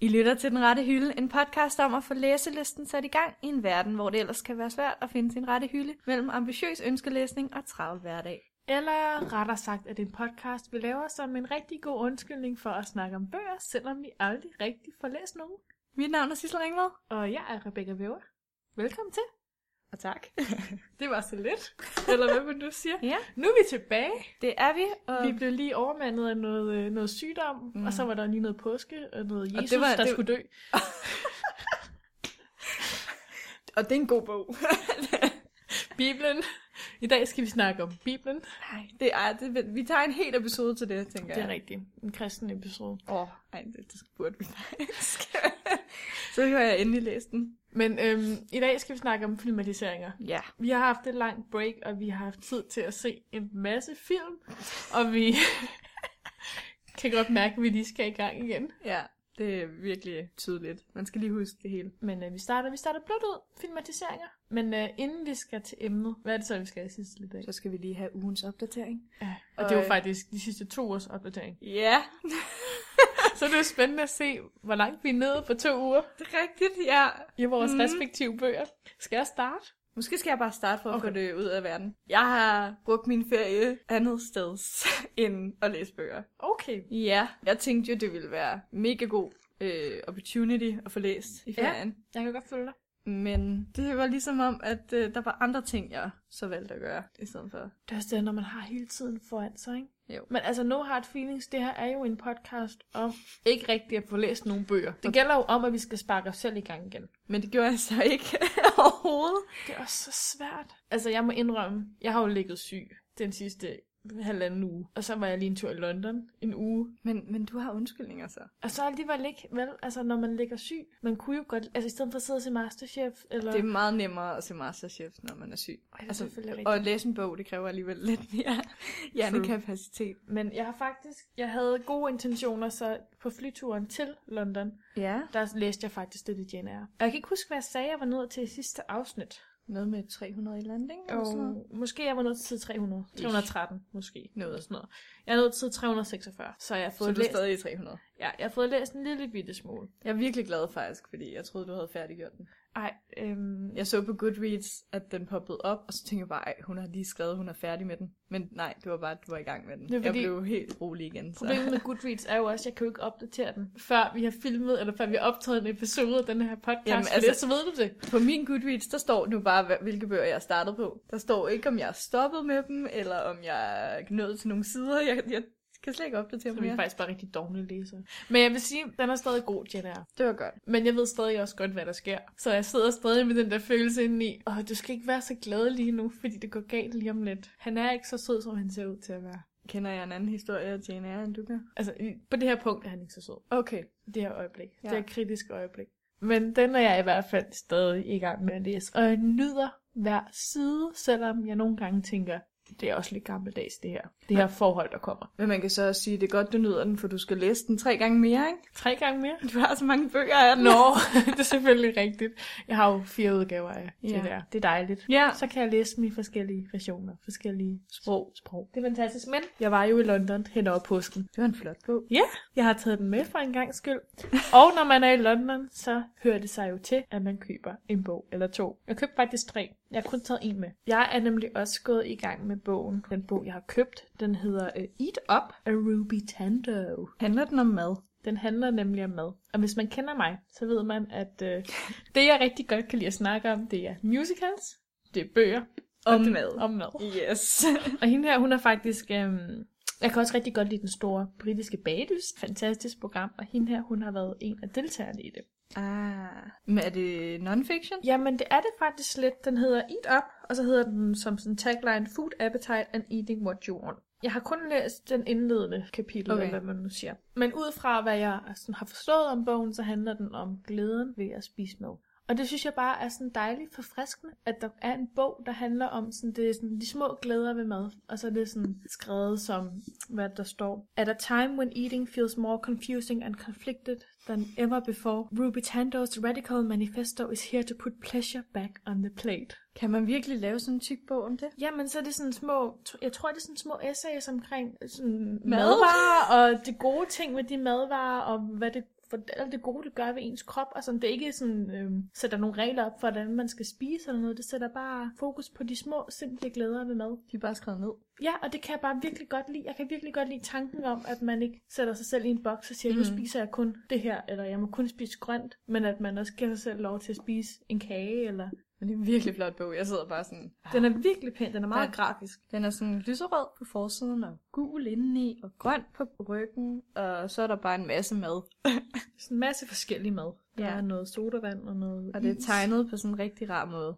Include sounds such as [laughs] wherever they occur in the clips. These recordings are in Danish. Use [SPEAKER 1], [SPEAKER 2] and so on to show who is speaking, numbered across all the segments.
[SPEAKER 1] lytter til Den Rette Hylde, en podcast om at få læselisten sat i gang i en verden, hvor det ellers kan være svært at finde sin rette hylde mellem ambitiøs ønskelæsning og travl hverdag.
[SPEAKER 2] Eller rettere sagt, at en podcast, vi laver som en rigtig god undskyldning for at snakke om bøger, selvom vi aldrig rigtig får læst nogen.
[SPEAKER 1] Mit navn er Sissel Ringvad.
[SPEAKER 2] Og jeg er Rebecca Væver. Velkommen til.
[SPEAKER 1] Og tak.
[SPEAKER 2] [laughs] Det var så lidt, eller hvad man nu siger.
[SPEAKER 1] Ja,
[SPEAKER 2] Nu er vi tilbage.
[SPEAKER 1] det er vi. Og,
[SPEAKER 2] Vi blev lige overmandet af noget, øh, noget sygdom,
[SPEAKER 1] Mm.
[SPEAKER 2] mm. og så var der lige noget påske og noget
[SPEAKER 1] det
[SPEAKER 2] Jesus,
[SPEAKER 1] var-
[SPEAKER 2] var, der
[SPEAKER 1] det-
[SPEAKER 2] det... skulle dø.
[SPEAKER 1] og det er en god bog. [laughs]
[SPEAKER 2] Bibelen. I dag skal vi snakke om Bibelen.
[SPEAKER 1] Nej, det er, det, vi tager en hel episode til det, tænker
[SPEAKER 2] Ja. Det er rigtigt. En kristen episode.
[SPEAKER 1] Åh, oh, nej, det, det burde vi faktisk. [laughs] Så hører jeg endelig læst den.
[SPEAKER 2] Men øhm, i dag skal vi snakke om filmatiseringer.
[SPEAKER 1] Ja.
[SPEAKER 2] Vi har haft et langt break, og vi har haft tid til at se en masse film, og vi [laughs] kan godt mærke, at vi lige skal i gang igen.
[SPEAKER 1] Ja, det er virkelig tydeligt. Man skal lige huske det hele.
[SPEAKER 2] Men øh, vi starter vi starter blot ud, filmatiseringer. Men øh, inden vi skal til emnet, hvad er det så, vi skal i sidste lidt af?
[SPEAKER 1] Så skal vi lige have ugens opdatering.
[SPEAKER 2] Ja, og det er
[SPEAKER 1] Og, øh,
[SPEAKER 2] jo faktisk de sidste to ugers opdatering. [laughs]
[SPEAKER 1] Ja,
[SPEAKER 2] Så det er jo spændende at se, hvor langt vi er nede på to uger
[SPEAKER 1] det er rigtigt, ja.
[SPEAKER 2] i vores
[SPEAKER 1] Mhm.
[SPEAKER 2] mm. respektive bøger. Skal jeg starte?
[SPEAKER 1] Måske skal jeg bare starte for at okay.
[SPEAKER 2] Okay.
[SPEAKER 1] få det ud af verden. Jeg har brugt min ferie andet sted [laughs] end at læse bøger.
[SPEAKER 2] Okay.
[SPEAKER 1] Ja, jeg tænkte jo, det ville være mega god øh, opportunity at få læst i
[SPEAKER 2] Ja.
[SPEAKER 1] ferien.
[SPEAKER 2] Jeg kan godt følge dig.
[SPEAKER 1] Men det var ligesom om, at øh, der var andre ting, jeg så valgte at gøre i stedet for.
[SPEAKER 2] Det er også det, når man har hele tiden foran sig, ikke?
[SPEAKER 1] Jo.
[SPEAKER 2] Men altså, No Hard Feelings, det her er jo en podcast om ikke rigtig at få læst nogle bøger. Det gælder jo om, at vi skal sparke os selv i gang igen.
[SPEAKER 1] Men det gjorde jeg så ikke [laughs] overhovedet.
[SPEAKER 2] Det er også så svært. Altså, jeg må indrømme, jeg har jo ligget syg den sidste halvanden uge. Og så var jeg lige en tur i London en uge.
[SPEAKER 1] Men, men du har undskyldninger så.
[SPEAKER 2] Og så alligevel ikke, vel? Altså, når man ligger syg, man kunne jo godt... Altså, i stedet for at sidde og se Masterchef, eller...
[SPEAKER 1] Det er meget nemmere at se Masterchef, når man er syg.
[SPEAKER 2] Ej, det er
[SPEAKER 1] altså,
[SPEAKER 2] selvfølgelig rigtigt.
[SPEAKER 1] Og at læse en bog, det kræver alligevel lidt
[SPEAKER 2] [laughs]
[SPEAKER 1] mere hjernekapacitet.
[SPEAKER 2] Men jeg har faktisk... Jeg havde gode intentioner, så på flyturen til London,
[SPEAKER 1] Ja.
[SPEAKER 2] der læste jeg faktisk det, det Jane er. Og jeg kan ikke huske, hvad jeg sagde, jeg var nået til i sidste afsnit.
[SPEAKER 1] Noget med 300 i landing? eller sådan noget.
[SPEAKER 2] Og måske jeg var nået til side 300.
[SPEAKER 1] Ish.
[SPEAKER 2] 313, måske.
[SPEAKER 1] Noget.
[SPEAKER 2] Noget og sådan noget. Jeg er nået til side 346. Så jeg har
[SPEAKER 1] Så
[SPEAKER 2] fået,
[SPEAKER 1] du er
[SPEAKER 2] læst,
[SPEAKER 1] stadig i 300.
[SPEAKER 2] ja, jeg har fået læst en lille bitte smule.
[SPEAKER 1] Jeg er virkelig glad faktisk, fordi jeg troede, du havde færdiggjort den.
[SPEAKER 2] Ej, øhm,
[SPEAKER 1] Jeg så på Goodreads, at den poppede op, og så tænkte jeg bare, at hun har lige skrevet, hun er færdig med den. Men nej, det var bare, at du var i gang med den.
[SPEAKER 2] Det er
[SPEAKER 1] Jeg
[SPEAKER 2] fordi-
[SPEAKER 1] blev helt rolig igen. Så.
[SPEAKER 2] problemet med Goodreads er jo også, at jeg kan jo ikke opdatere den, før vi har filmet, eller før vi har optaget en episode af den her podcast.
[SPEAKER 1] Jamen,
[SPEAKER 2] Jamen,
[SPEAKER 1] altså-
[SPEAKER 2] altså, så ved du det.
[SPEAKER 1] På min Goodreads, der står nu bare, hva- hvilke bøger jeg startede på. Der står ikke, om jeg er stoppet med dem, eller om jeg er nået til nogle sider. Jeg, jeg kan slet ikke opdatere
[SPEAKER 2] Så
[SPEAKER 1] dem
[SPEAKER 2] vi er
[SPEAKER 1] mere.
[SPEAKER 2] faktisk bare rigtig dogne læsere. Men jeg vil sige, den er stadig god, Jenna.
[SPEAKER 1] Det var godt.
[SPEAKER 2] Men jeg ved stadig også godt, hvad der sker. Så jeg sidder stadig med den der følelse indeni. Åh, du skal ikke være så glad lige nu, fordi det går galt lige om lidt. Han er ikke så sød, som han ser ud til at være.
[SPEAKER 1] Kender jeg en anden historie af Jane Eyre, end du gør?
[SPEAKER 2] Altså, i- på det her punkt er han ikke så sød.
[SPEAKER 1] Okay.
[SPEAKER 2] I Det her øjeblik.
[SPEAKER 1] Ja.
[SPEAKER 2] Ja. Det her kritiske øjeblik. Men den er jeg i hvert fald stadig i gang med at læse. Og jeg nyder hver side, selvom jeg nogle gange tænker, det er også lidt gammeldags det her. Det her forhold, der kommer.
[SPEAKER 1] Men man kan så også sige, at det er godt, du nyder den, for du skal læse den tre gange mere, ikke?
[SPEAKER 2] Tre gange mere.
[SPEAKER 1] Du har så mange bøger af den.
[SPEAKER 2] Nå, [laughs] det er selvfølgelig rigtigt. Jeg har jo fire udgaver af det
[SPEAKER 1] Ja.
[SPEAKER 2] der. Det er dejligt.
[SPEAKER 1] Ja.
[SPEAKER 2] Så kan jeg læse dem i forskellige versioner, forskellige sprog. sprog. Det er fantastisk, men jeg var jo i London hen over påsken.
[SPEAKER 1] Det var en flot bog.
[SPEAKER 2] Ja, jeg har taget den med for en gang skyld. Og når man er i London, så hører det sig jo til, at man køber en bog eller to. Jeg købte faktisk tre. Jeg har kun taget en med. Jeg er nemlig også gået i gang med bogen. Den bog, jeg har købt, den hedder øh, Eat Up af Ruby Tando.
[SPEAKER 1] Handler den om mad?
[SPEAKER 2] Den handler nemlig om mad. Og hvis man kender mig, så ved man, at øh, det, jeg rigtig godt kan lide at snakke om, det er musicals, det er bøger
[SPEAKER 1] Om mad.
[SPEAKER 2] om mad. [laughs]
[SPEAKER 1] Yes.
[SPEAKER 2] Og hende her, hun er faktisk... Øh, jeg kan også rigtig godt lide den store britiske bagdyst. Fantastisk program. Og hende her, hun har været en af deltagerne i det.
[SPEAKER 1] ah. Men er det non-fiction?
[SPEAKER 2] Jamen, det er det faktisk lidt. Den hedder Eat Up, og så hedder den som sådan tagline Food Appetite and Eating What You Want. Jeg har kun læst den indledende kapitel,
[SPEAKER 1] Okay.
[SPEAKER 2] okay. eller hvad man nu siger. Men ud fra, hvad jeg sådan har forstået om bogen, så handler den om glæden ved at spise mad. Og det synes jeg bare er sådan dejligt forfriskende, at der er en bog, der handler om sådan, det er sådan, de små glæder ved mad. Og så er det sådan skrevet som, hvad der står. At a time when eating feels more confusing and conflicted than ever before, Ruby Tando's radical manifesto is here to put pleasure back on the plate.
[SPEAKER 1] Kan man virkelig lave sådan en tyk bog om det?
[SPEAKER 2] Jamen, så er det sådan små, jeg tror, det er sådan små essays omkring øh, sådan
[SPEAKER 1] Mad.
[SPEAKER 2] madvarer, og de gode ting ved de madvarer, og hvad det for alt det gode, det gør ved ens krop, og sådan, det er ikke sådan, øh, sætter nogle regler op for, hvordan man skal spise eller noget, det sætter bare fokus på de små, simple glæder ved mad.
[SPEAKER 1] De er bare skrevet ned.
[SPEAKER 2] Ja, og det kan jeg bare virkelig godt lide. Jeg kan virkelig godt lide tanken om, at man ikke sætter sig selv i en boks og siger, mm. nu
[SPEAKER 1] Mhm.
[SPEAKER 2] spiser jeg kun det her, eller jeg må kun spise grønt, men at man også giver sig selv lov til at spise en kage, eller...
[SPEAKER 1] Men det er en virkelig flot bog. Jeg sidder bare sådan...
[SPEAKER 2] Den er virkelig pæn, den er meget
[SPEAKER 1] Ah. Ja.
[SPEAKER 2] grafisk.
[SPEAKER 1] Den er sådan lyserød på forsiden, og gul indeni, og grøn på ryggen, og så er der bare en masse mad.
[SPEAKER 2] Sådan en masse forskellig mad. Der
[SPEAKER 1] Ja.
[SPEAKER 2] er noget sodavand og noget
[SPEAKER 1] Og det er
[SPEAKER 2] is.
[SPEAKER 1] tegnet på sådan en rigtig rar måde.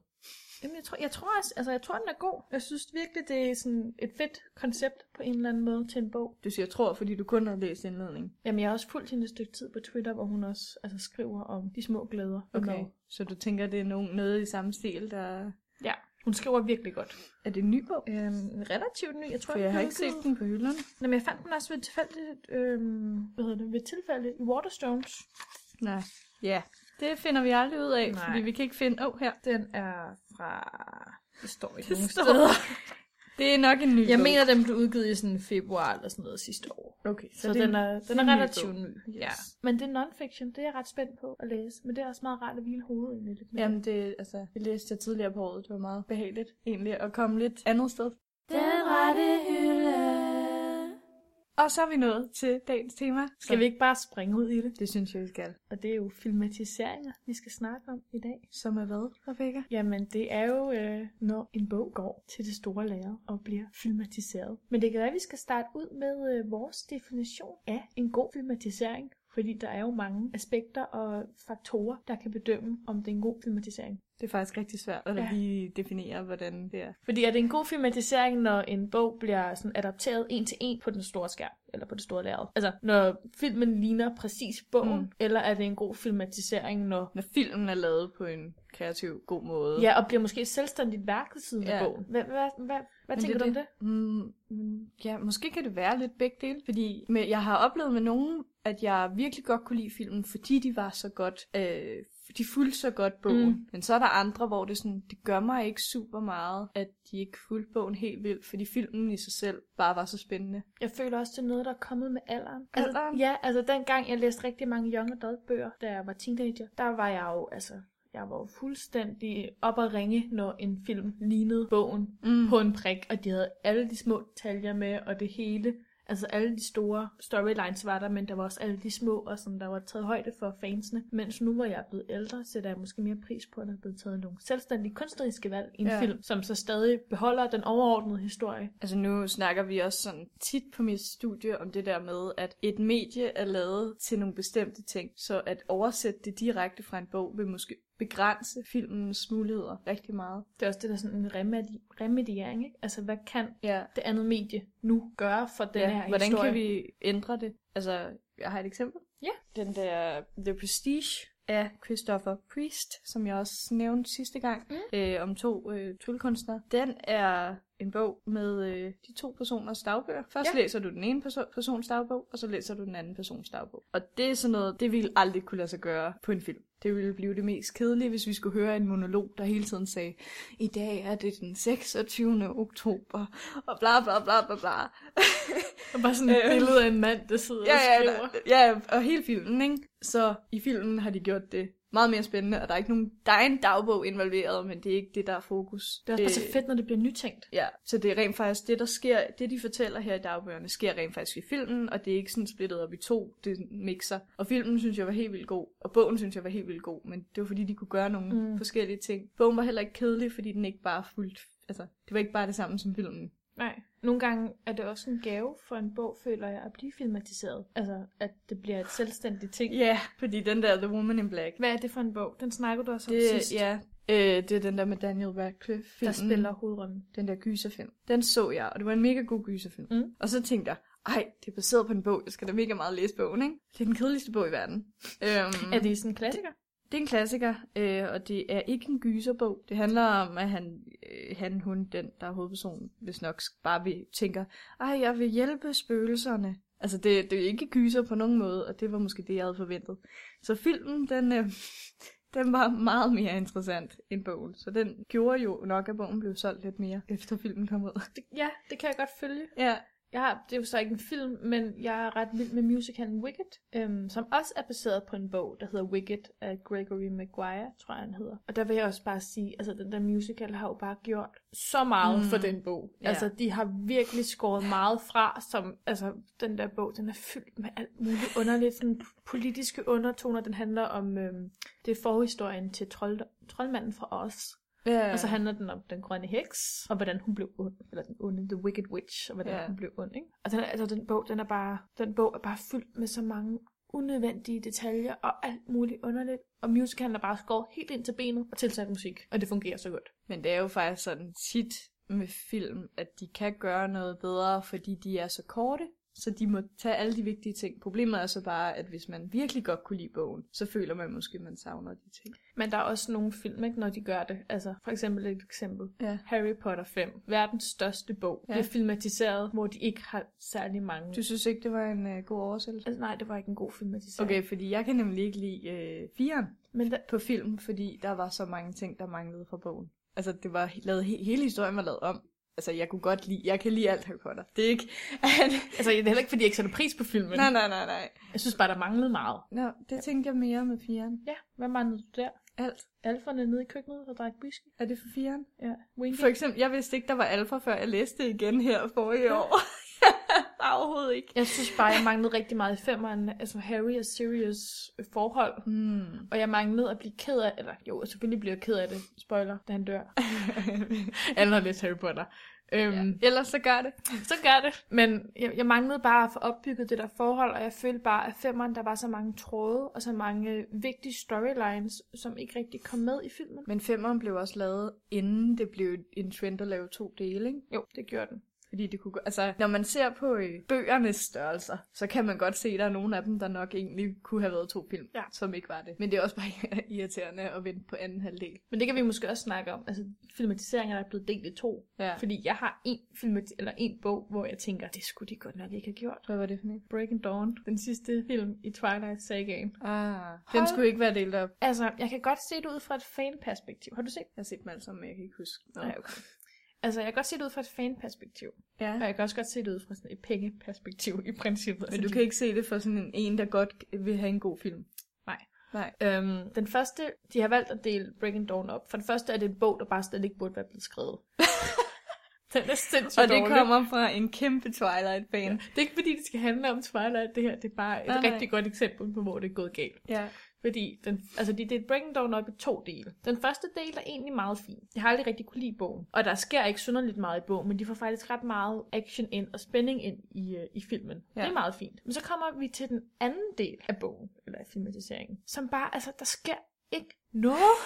[SPEAKER 2] Jamen, jeg tror, jeg tror også, altså, jeg tror, den er god. Jeg synes virkelig, det er sådan et fedt koncept på en eller anden måde til en bog.
[SPEAKER 1] Du siger tror, fordi du kun har læst indledningen.
[SPEAKER 2] Jamen, jeg har også fulgt hende et stykke tid på Twitter, hvor hun også altså, skriver om de små glæder. ved
[SPEAKER 1] Okay.
[SPEAKER 2] mad.
[SPEAKER 1] Så du tænker, det er nogen, noget i samme stil, der...
[SPEAKER 2] Ja, hun skriver virkelig godt.
[SPEAKER 1] Er det en ny bog?
[SPEAKER 2] Øhm, relativt ny, jeg tror,
[SPEAKER 1] For jeg
[SPEAKER 2] den
[SPEAKER 1] har
[SPEAKER 2] blev
[SPEAKER 1] ikke set
[SPEAKER 2] udgivet-
[SPEAKER 1] den på hylden.
[SPEAKER 2] Nå, men jeg fandt den også ved et tilfældigt, øhm, hvad hedder det, ved et tilfælde i Waterstones.
[SPEAKER 1] Nej. Ja, det finder vi aldrig ud af,
[SPEAKER 2] Nej.
[SPEAKER 1] Nej. fordi vi kan ikke finde... Åh, oh, her.
[SPEAKER 2] Den er fra... Det står ikke
[SPEAKER 1] Det
[SPEAKER 2] nogen
[SPEAKER 1] står-
[SPEAKER 2] steder.
[SPEAKER 1] [laughs] Det er nok en ny
[SPEAKER 2] Jeg
[SPEAKER 1] bog.
[SPEAKER 2] mener, den blev udgivet i sådan februar eller sådan noget sidste år.
[SPEAKER 1] Okay,
[SPEAKER 2] Så, så den er, den er relativt ny.
[SPEAKER 1] Yes.
[SPEAKER 2] Ja. Men det er nonfiction, det er jeg ret spændt på at læse. Men det er også meget rart at hvile hovedet egentlig lidt mere.
[SPEAKER 1] Jamen, det, altså, det læste jeg tidligere på året. Det var meget behageligt egentlig at komme lidt andet sted.
[SPEAKER 2] Den rette hylde.
[SPEAKER 1] Og så er vi nået til dagens tema.
[SPEAKER 2] Skal vi ikke bare springe ud i det?
[SPEAKER 1] Det synes jeg, vi skal.
[SPEAKER 2] Og det er jo filmatiseringer, vi skal snakke om i dag.
[SPEAKER 1] Som er hvad, Rebecca?
[SPEAKER 2] Jamen, det er jo, øh, når en bog går til det store lager og bliver filmatiseret. Men det kan være, at vi skal starte ud med øh, vores definition af en god filmatisering. Fordi der er jo mange aspekter og faktorer, der kan bedømme, om det er en god filmatisering.
[SPEAKER 1] Det er faktisk rigtig svært at
[SPEAKER 2] Ja.
[SPEAKER 1] ja. lige definere, hvordan det er.
[SPEAKER 2] Fordi er det en god filmatisering, når en bog bliver sådan adapteret en til en på den store skærm, eller på det store lærred? Altså, når filmen ligner præcis bogen, mm.
[SPEAKER 1] Mm.
[SPEAKER 2] eller er det en god filmatisering, når...
[SPEAKER 1] Når filmen er lavet på en kreativ, god måde.
[SPEAKER 2] Ja, og bliver måske et selvstændigt værk ved siden ja. af
[SPEAKER 1] Ja.
[SPEAKER 2] bogen. Hvad, hvad, hvad, hvad
[SPEAKER 1] Men
[SPEAKER 2] tænker du om det?
[SPEAKER 1] Mm, mm, ja, måske kan det være lidt begge dele, fordi med, jeg har oplevet med nogen, at jeg virkelig godt kunne lide filmen, fordi de var så godt, øh, de fulgte så godt bogen.
[SPEAKER 2] Mm.
[SPEAKER 1] Mm. Men så er der andre, hvor det, sådan, det gør mig ikke super meget, at de ikke fulgte bogen helt vildt, fordi filmen i sig selv bare var så spændende.
[SPEAKER 2] Jeg føler også, det er noget, der er kommet med alderen.
[SPEAKER 1] Alderen?
[SPEAKER 2] Altså, ja, altså dengang jeg læste rigtig mange young adult bøger, da jeg var teenager, der var jeg jo, altså, jeg var jo fuldstændig op at ringe, når en film lignede bogen
[SPEAKER 1] Mm.
[SPEAKER 2] på en prik, og de havde alle de små detaljer med, og det hele. Altså alle de store storylines var der, men der var også alle de små, og sådan, der var taget højde for fansene. Mens nu, hvor jeg er blevet ældre, sætter jeg måske mere pris på, at der er blevet taget nogle selvstændige kunstneriske valg i en ja.
[SPEAKER 1] Ja.
[SPEAKER 2] film, som så stadig beholder den overordnede historie.
[SPEAKER 1] Altså nu snakker vi også sådan tit på mit studie om det der med, at et medie er lavet til nogle bestemte ting, så at oversætte det direkte fra en bog vil måske begrænse filmens muligheder rigtig meget.
[SPEAKER 2] Det er også det, der er sådan en remedi- remediering, ikke? Altså, hvad kan
[SPEAKER 1] Ja,
[SPEAKER 2] det andet medie nu gøre for den
[SPEAKER 1] ja.
[SPEAKER 2] her
[SPEAKER 1] hvordan
[SPEAKER 2] historie?
[SPEAKER 1] kan vi ændre det? Altså, jeg har et eksempel.
[SPEAKER 2] Ja.
[SPEAKER 1] Den der The Prestige af Christopher Priest, som jeg også nævnte sidste gang,
[SPEAKER 2] Mm.
[SPEAKER 1] øh, om to øh, tryllekunstnere. Den er en bog med øh, de to personers dagbøger. Først
[SPEAKER 2] Ja.
[SPEAKER 1] ja. læser du den ene perso- persons dagbog, og så læser du den anden persons dagbog. Og det er sådan noget, det ville aldrig kunne lade sig gøre på en film. Det ville blive det mest kedelige, hvis vi skulle høre en monolog, der hele tiden sagde, i dag er det den 26. oktober, og bla bla bla bla bla.
[SPEAKER 2] Og bare sådan et
[SPEAKER 1] Øh.
[SPEAKER 2] billede af en mand, der sidder
[SPEAKER 1] ja,
[SPEAKER 2] og
[SPEAKER 1] ja,
[SPEAKER 2] skriver.
[SPEAKER 1] der- ja, og hele filmen, ikke? Så i filmen har de gjort det meget mere spændende, og der er ikke nogen, der er en dagbog involveret, men det er ikke det, der er fokus.
[SPEAKER 2] Det er også bare så
[SPEAKER 1] Øh,
[SPEAKER 2] fedt, når det bliver nytænkt.
[SPEAKER 1] Ja, så det er rent faktisk, det der sker, det de fortæller her i dagbøgerne, sker rent faktisk i filmen, og det er ikke sådan splittet op i to, det mixer. Og filmen synes jeg var helt vildt god, og bogen synes jeg var helt vildt god, men det var fordi, de kunne gøre nogle
[SPEAKER 2] Mm.
[SPEAKER 1] mm. forskellige ting. Bogen var heller ikke kedelig, fordi den ikke bare fuldt, altså, det var ikke bare det samme som filmen.
[SPEAKER 2] Nej. Nogle gange er det også en gave for en bog, føler jeg, at blive filmatiseret. Altså, at det bliver et selvstændigt ting.
[SPEAKER 1] Ja, yeah, fordi den der The Woman in Black,
[SPEAKER 2] Hvad er det for en bog? Den snakker du også om
[SPEAKER 1] det,
[SPEAKER 2] sidst,
[SPEAKER 1] ja, øh, det er den der med Daniel Radcliffe.
[SPEAKER 2] der
[SPEAKER 1] Filmen.
[SPEAKER 2] spiller hovedrollen.
[SPEAKER 1] Den der gyserfilm. Den så jeg, og det var en mega god gyserfilm.
[SPEAKER 2] Mm.
[SPEAKER 1] Og så tænkte jeg, ej, det er baseret på en bog. Jeg skal da mega meget læse bogen, ikke? Det er den kedeligste bog i [laughs] verden. øhm,
[SPEAKER 2] Mm. Er det sådan en klassiker?
[SPEAKER 1] det er en klassiker, øh, og det er ikke en gyserbog. Det handler om, at han, øh, han hun, den der er hovedpersonen, hvis nok sk- bare vil, tænker, ej, jeg vil hjælpe spøgelserne. Altså, det, det er ikke gyser på nogen måde, og det var måske det, jeg havde forventet. Så filmen, den, øh, [laughs] den var meget mere interessant end bogen. Så den gjorde jo nok, at bogen blev solgt lidt mere, efter filmen kom ud.
[SPEAKER 2] Det, ja, det kan jeg godt følge.
[SPEAKER 1] Ja,
[SPEAKER 2] Jeg har, det er jo så ikke en film, men jeg er ret vild med musicalen Wicked, øhm, som også er baseret på en bog, der hedder Wicked af Gregory Maguire, tror jeg han hedder. Og der vil jeg også bare sige, altså den der musical har jo bare gjort så meget mm. for
[SPEAKER 1] Mm.
[SPEAKER 2] den bog.
[SPEAKER 1] Ja.
[SPEAKER 2] Altså de har virkelig skåret meget fra, som altså den der bog, den er fyldt med alt muligt underligt, sådan politiske undertoner. Den handler om, øhm, det er forhistorien til trold, troldmanden fra os.
[SPEAKER 1] Ja.
[SPEAKER 2] Og så handler den om den grønne heks, og hvordan hun blev ond, eller den onde, The Wicked Witch, og hvordan
[SPEAKER 1] Ja.
[SPEAKER 2] yeah. hun blev ond, ikke? Og den, altså, den bog, den er bare, den bog er bare fyldt med så mange unødvendige detaljer og alt muligt underligt. Og musicalen er bare skåret helt ind til benet og tilsat musik, og det fungerer så godt.
[SPEAKER 1] Men det er jo faktisk sådan tit med film, at de kan gøre noget bedre, fordi de er så korte, så de må tage alle de vigtige ting. Problemet er så bare, at hvis man virkelig godt kunne lide bogen, så føler man måske, at man savner de ting.
[SPEAKER 2] Men der er også nogle film, ikke, når de gør det. Altså, for eksempel et eksempel.
[SPEAKER 1] Ja.
[SPEAKER 2] Harry Potter 5, verdens største bog,
[SPEAKER 1] Ja.
[SPEAKER 2] ja. bliver filmatiseret, hvor de ikke har særlig mange...
[SPEAKER 1] Du synes ikke, det var en øh, god oversættelse?
[SPEAKER 2] Altså, nej, det var ikke en god filmatisering.
[SPEAKER 1] Okay, fordi jeg kan nemlig ikke lide øh, firen
[SPEAKER 2] Men der,
[SPEAKER 1] på film, fordi der var så mange ting, der manglede fra bogen. Altså, det var he- lavet, he- hele historien var lavet om. Altså, jeg kunne godt lide, jeg kan lide alt Harry Potter. Det er ikke...
[SPEAKER 2] altså, det er heller ikke, fordi jeg ikke sætter pris på filmen.
[SPEAKER 1] nej, nej, nej, nej.
[SPEAKER 2] Jeg synes bare, der manglede meget.
[SPEAKER 1] Nå, det tænkte jeg mere med firen.
[SPEAKER 2] Ja, hvad manglede du der?
[SPEAKER 1] Alt.
[SPEAKER 2] Alferne nede i køkkenet og drak whisky?
[SPEAKER 1] Er det for firen?
[SPEAKER 2] Ja. Winky?
[SPEAKER 1] For eksempel, jeg vidste ikke, der var alfa, før jeg læste det igen her forrige år. [laughs] Overhovedet ikke.
[SPEAKER 2] Jeg synes bare, jeg manglede rigtig meget i femmeren. Altså Harry og Sirius øh, forhold.
[SPEAKER 1] Hmm.
[SPEAKER 2] Og jeg manglede at blive ked af, eller jo, selvfølgelig bliver jeg ked af det, spoiler, da han [laughs] dør. Alle har læst Harry Potter. Øhm,
[SPEAKER 1] ja. Ellers så gør det.
[SPEAKER 2] Så gør det. Men jeg, jeg manglede bare at få opbygget det der forhold, og jeg følte bare, at femmeren, der var så mange tråde, og så mange vigtige storylines, som ikke rigtig kom med i filmen.
[SPEAKER 1] Men femmeren blev også lavet, inden det blev en trend at lave to dele, ikke?
[SPEAKER 2] Jo, det gjorde den.
[SPEAKER 1] Fordi det kunne, gå- altså, når man ser på øh, bøgernes størrelser, så kan man godt se, at der er nogle af dem, der nok egentlig kunne have været to film,
[SPEAKER 2] Ja.
[SPEAKER 1] som ikke var det. Men det er også bare [laughs] irriterende at vente på anden halvdel.
[SPEAKER 2] Men det kan vi måske også snakke om. Altså, filmatiseringer der er blevet delt i to.
[SPEAKER 1] Ja.
[SPEAKER 2] Fordi jeg har en, film, eller en bog, hvor jeg tænker, det skulle de godt nok ikke have gjort.
[SPEAKER 1] Hvad var det for en?
[SPEAKER 2] Breaking Dawn, den sidste film i Twilight Sagaen.
[SPEAKER 1] Ah, den
[SPEAKER 2] Hold-
[SPEAKER 1] skulle ikke være delt op.
[SPEAKER 2] Altså, jeg kan godt se det ud fra et fanperspektiv. Har du set?
[SPEAKER 1] Jeg har set dem alle sammen, men jeg kan ikke huske. Nå.
[SPEAKER 2] Nej, okay. Altså, jeg kan godt se det ud fra et fanperspektiv.
[SPEAKER 1] Ja.
[SPEAKER 2] Og jeg kan også godt se det ud fra sådan et pengeperspektiv i princippet.
[SPEAKER 1] Men du kan ikke se det for sådan en, en der godt vil have en god film.
[SPEAKER 2] Nej.
[SPEAKER 1] Nej.
[SPEAKER 2] Øhm, den første, de har valgt at dele Breaking Dawn op. For det første er det en bog, der bare slet ikke burde være blevet skrevet. [laughs] den er sindssygt
[SPEAKER 1] Og det
[SPEAKER 2] dårlig.
[SPEAKER 1] kommer fra en kæmpe Twilight-fan.
[SPEAKER 2] Det er ikke fordi, det skal handle om Twilight, det her. Det er bare et
[SPEAKER 1] Nej,
[SPEAKER 2] nej,
[SPEAKER 1] nej.
[SPEAKER 2] rigtig godt eksempel på, hvor det er gået galt.
[SPEAKER 1] Ja.
[SPEAKER 2] Fordi den, altså de delte Breaking Dawn op i to dele. Den første del er egentlig meget fin. Jeg har aldrig rigtig kunne lide bogen. Og der sker ikke synderligt meget i bogen, men de får faktisk ret meget action ind og spænding ind i, øh, i filmen.
[SPEAKER 1] Ja.
[SPEAKER 2] Ja. Det er meget fint. Men så kommer vi til den anden del af bogen, eller af filmatiseringen, som bare, altså der sker ikke noget.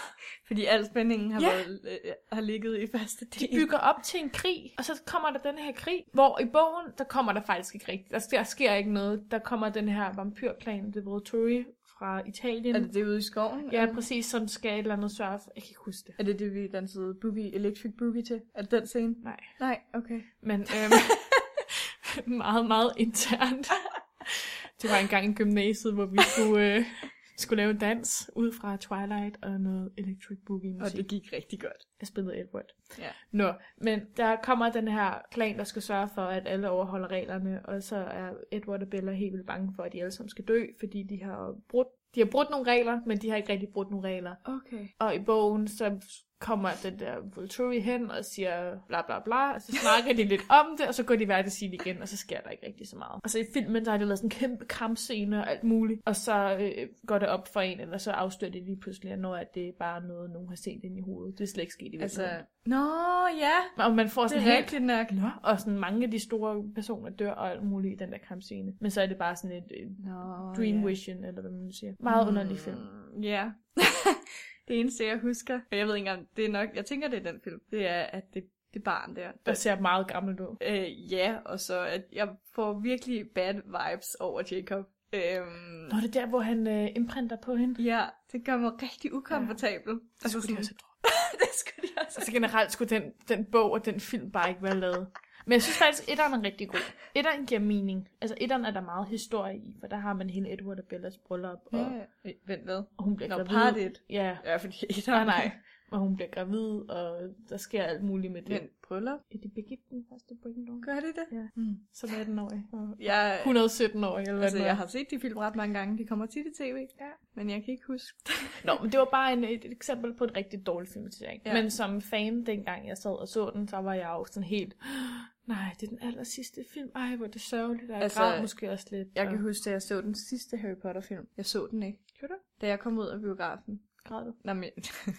[SPEAKER 1] Fordi al spændingen har,
[SPEAKER 2] Ja.
[SPEAKER 1] været, øh, har ligget i første del.
[SPEAKER 2] bygger op til en krig, og så kommer der den her krig, hvor i bogen, der kommer der faktisk ikke rigtigt. Der, sker- der sker ikke noget. Der kommer den her vampyrklan, The Volturi, fra Italien.
[SPEAKER 1] Er det det ude i skoven?
[SPEAKER 2] Ja,
[SPEAKER 1] eller?
[SPEAKER 2] præcis, som skal et eller andet sørge for. Jeg kan ikke huske det.
[SPEAKER 1] Er det det, vi dansede boogie, electric boogie til? Er det den scene?
[SPEAKER 2] Nej.
[SPEAKER 1] Nej, okay.
[SPEAKER 2] Men øhm, [laughs] meget, meget internt. Det var engang i gymnasiet, hvor vi skulle, øh, skulle lave en dans ud fra Twilight og noget electric boogie musik.
[SPEAKER 1] Og det gik rigtig godt.
[SPEAKER 2] Jeg spillede Edward.
[SPEAKER 1] Ja.
[SPEAKER 2] Nå, men der kommer den her plan, der skal sørge for, at alle overholder reglerne, og så er Edward og Bella helt vildt bange for, at de alle sammen skal dø, fordi de har brudt, de har brudt nogle regler, men de har ikke rigtig brudt nogle regler.
[SPEAKER 1] Okay.
[SPEAKER 2] Og i bogen, så kommer den der Volturi hen og siger bla bla bla, og så snakker de lidt om det, og så går de hver til sit igen, og så sker der ikke rigtig så meget. Og så i filmen, der har de lavet sådan en kæmpe kampscene og alt muligt, og så øh, går det op for en, eller så afslører de lige pludselig, når at det er bare noget, nogen har set ind i hovedet. Det er slet ikke sket i virkeligheden.
[SPEAKER 1] Altså, nå ja,
[SPEAKER 2] Og man får
[SPEAKER 1] Altså, det
[SPEAKER 2] sådan
[SPEAKER 1] er
[SPEAKER 2] helt...
[SPEAKER 1] rigtigt nok.
[SPEAKER 2] Nå, og sådan mange af de store personer dør og alt muligt i den der kampscene. Men så er det bare sådan et øh,
[SPEAKER 1] Nå,
[SPEAKER 2] dream
[SPEAKER 1] ja.
[SPEAKER 2] vision, eller hvad man nu siger. Meget underlig film.
[SPEAKER 1] Mm, Ja. [laughs] det eneste, jeg husker, og jeg ved ikke engang, det er nok, jeg tænker, det er den film, det er, at det, det barn der,
[SPEAKER 2] Der ser meget gammelt ud.
[SPEAKER 1] Øh, ja, og så at jeg får virkelig bad vibes over Jacob. Øhm,
[SPEAKER 2] Nå, det er der, hvor han øh, imprinter på hende.
[SPEAKER 1] ja, det gør mig rigtig ukomfortabel. Ja.
[SPEAKER 2] Det skulle de også have droppet.
[SPEAKER 1] [laughs] det skulle de også.
[SPEAKER 2] Altså generelt skulle den, den bog og den film bare ikke være lavet. Men jeg synes faktisk, etteren er rigtig god. Etteren giver mening. Altså etteren er der meget historie i, for der har man hele Edward og Bellas bryllup, og,
[SPEAKER 1] Ja. Øh, Vent, hvad?
[SPEAKER 2] og hun bliver
[SPEAKER 1] Nå,
[SPEAKER 2] gravid.
[SPEAKER 1] parret.
[SPEAKER 2] Ja,
[SPEAKER 1] Ja, fordi [laughs] et
[SPEAKER 2] nej, nej. Og hun bliver gravid, og der sker alt muligt med det.
[SPEAKER 1] Men bryllup,
[SPEAKER 2] er det begift den første bringedown?
[SPEAKER 1] gør det det?
[SPEAKER 2] Ja.
[SPEAKER 1] Mm.
[SPEAKER 2] Som 18-årig. og
[SPEAKER 1] Jeg,
[SPEAKER 2] 117-årig, eller hvad
[SPEAKER 1] altså,
[SPEAKER 2] det nu
[SPEAKER 1] jeg
[SPEAKER 2] er.
[SPEAKER 1] har set de film ret mange gange. De kommer tit i tv.
[SPEAKER 2] Ja.
[SPEAKER 1] Men jeg kan ikke huske det.
[SPEAKER 2] Nå, men det var bare en, et eksempel på en rigtig dårlig filmatisering.
[SPEAKER 1] Ja.
[SPEAKER 2] Ja. Men som fan, dengang jeg sad og så den, så var jeg jo sådan helt, nej, det er den aller sidste film. Ej, hvor er det sørgeligt. Og jeg
[SPEAKER 1] Altså,
[SPEAKER 2] altså, græd måske også lidt.
[SPEAKER 1] Jeg
[SPEAKER 2] og...
[SPEAKER 1] kan huske, da jeg så den sidste Harry Potter-film. Jeg så den ikke.
[SPEAKER 2] Gjorde du?
[SPEAKER 1] Da jeg kom ud af biografen,
[SPEAKER 2] Græd du?
[SPEAKER 1] Nej, men... [laughs]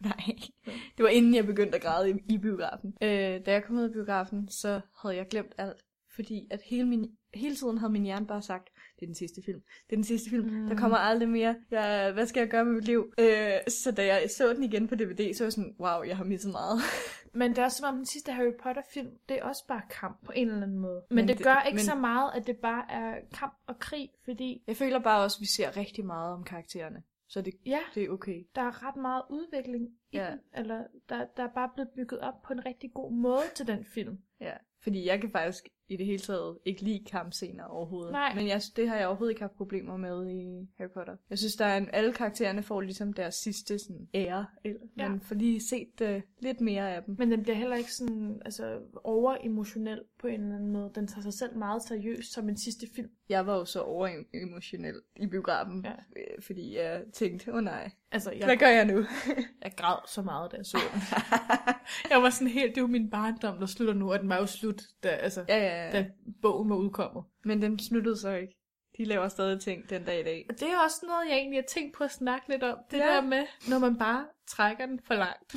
[SPEAKER 1] Nej. Det var inden jeg begyndte at græde i, i biografen. Øh, da jeg kom ud af biografen, så havde jeg glemt alt. Fordi at hele, min, hele tiden havde min hjerne bare sagt, det er den sidste film. Det er den sidste film. Mm.
[SPEAKER 2] Mm.
[SPEAKER 1] Der kommer aldrig mere. Jeg, hvad skal jeg gøre med mit liv? Øh, så da jeg så den igen på DVD, så var jeg sådan, wow, jeg har misset meget. [laughs]
[SPEAKER 2] Men det er også som om den sidste Harry Potter-film, det er også bare kamp på en eller anden måde. Men,
[SPEAKER 1] Men
[SPEAKER 2] men det,
[SPEAKER 1] det-
[SPEAKER 2] det gør ikke
[SPEAKER 1] men-
[SPEAKER 2] men... så meget, at det bare er kamp og krig, fordi
[SPEAKER 1] Jeg føler bare også, at vi ser rigtig meget om karaktererne. Så det,
[SPEAKER 2] ja,
[SPEAKER 1] det er okay.
[SPEAKER 2] der er ret meget udvikling i
[SPEAKER 1] Ja.
[SPEAKER 2] ja. den, eller der, der er bare blevet bygget op på en rigtig god måde til den film.
[SPEAKER 1] Ja. Fordi jeg kan faktisk i det hele taget ikke lide kampscener overhovedet.
[SPEAKER 2] Nej.
[SPEAKER 1] Men jeg, det har jeg overhovedet ikke haft problemer med i Harry Potter. Jeg synes, der er en, alle karaktererne får ligesom deres sidste sådan, ære. Eller, ja.
[SPEAKER 2] Ja.
[SPEAKER 1] Man får lige set uh, lidt mere af dem.
[SPEAKER 2] Men den bliver heller ikke sådan altså, overemotionel på en eller anden måde. Den tager sig selv meget seriøst som en sidste film.
[SPEAKER 1] Jeg var jo så overemotionel i biografen, ja.
[SPEAKER 2] Ja.
[SPEAKER 1] øh, fordi jeg tænkte, åh oh, nej,
[SPEAKER 2] Altså, jeg,
[SPEAKER 1] hvad gør jeg
[SPEAKER 2] [laughs]
[SPEAKER 1] nu?
[SPEAKER 2] jeg græd så meget, da jeg så den. [laughs] jeg var sådan helt, det er jo min barndom, der slutter nu, og den var jo slut, da, altså,
[SPEAKER 1] ja, ja, ja.
[SPEAKER 2] da bogen var udkommet.
[SPEAKER 1] Men den sluttede så ikke. De laver stadig ting den dag i dag.
[SPEAKER 2] Og det er også noget, jeg egentlig har tænkt på at snakke lidt om. Det
[SPEAKER 1] Ja.
[SPEAKER 2] ja. der med, når man bare trækker den for langt.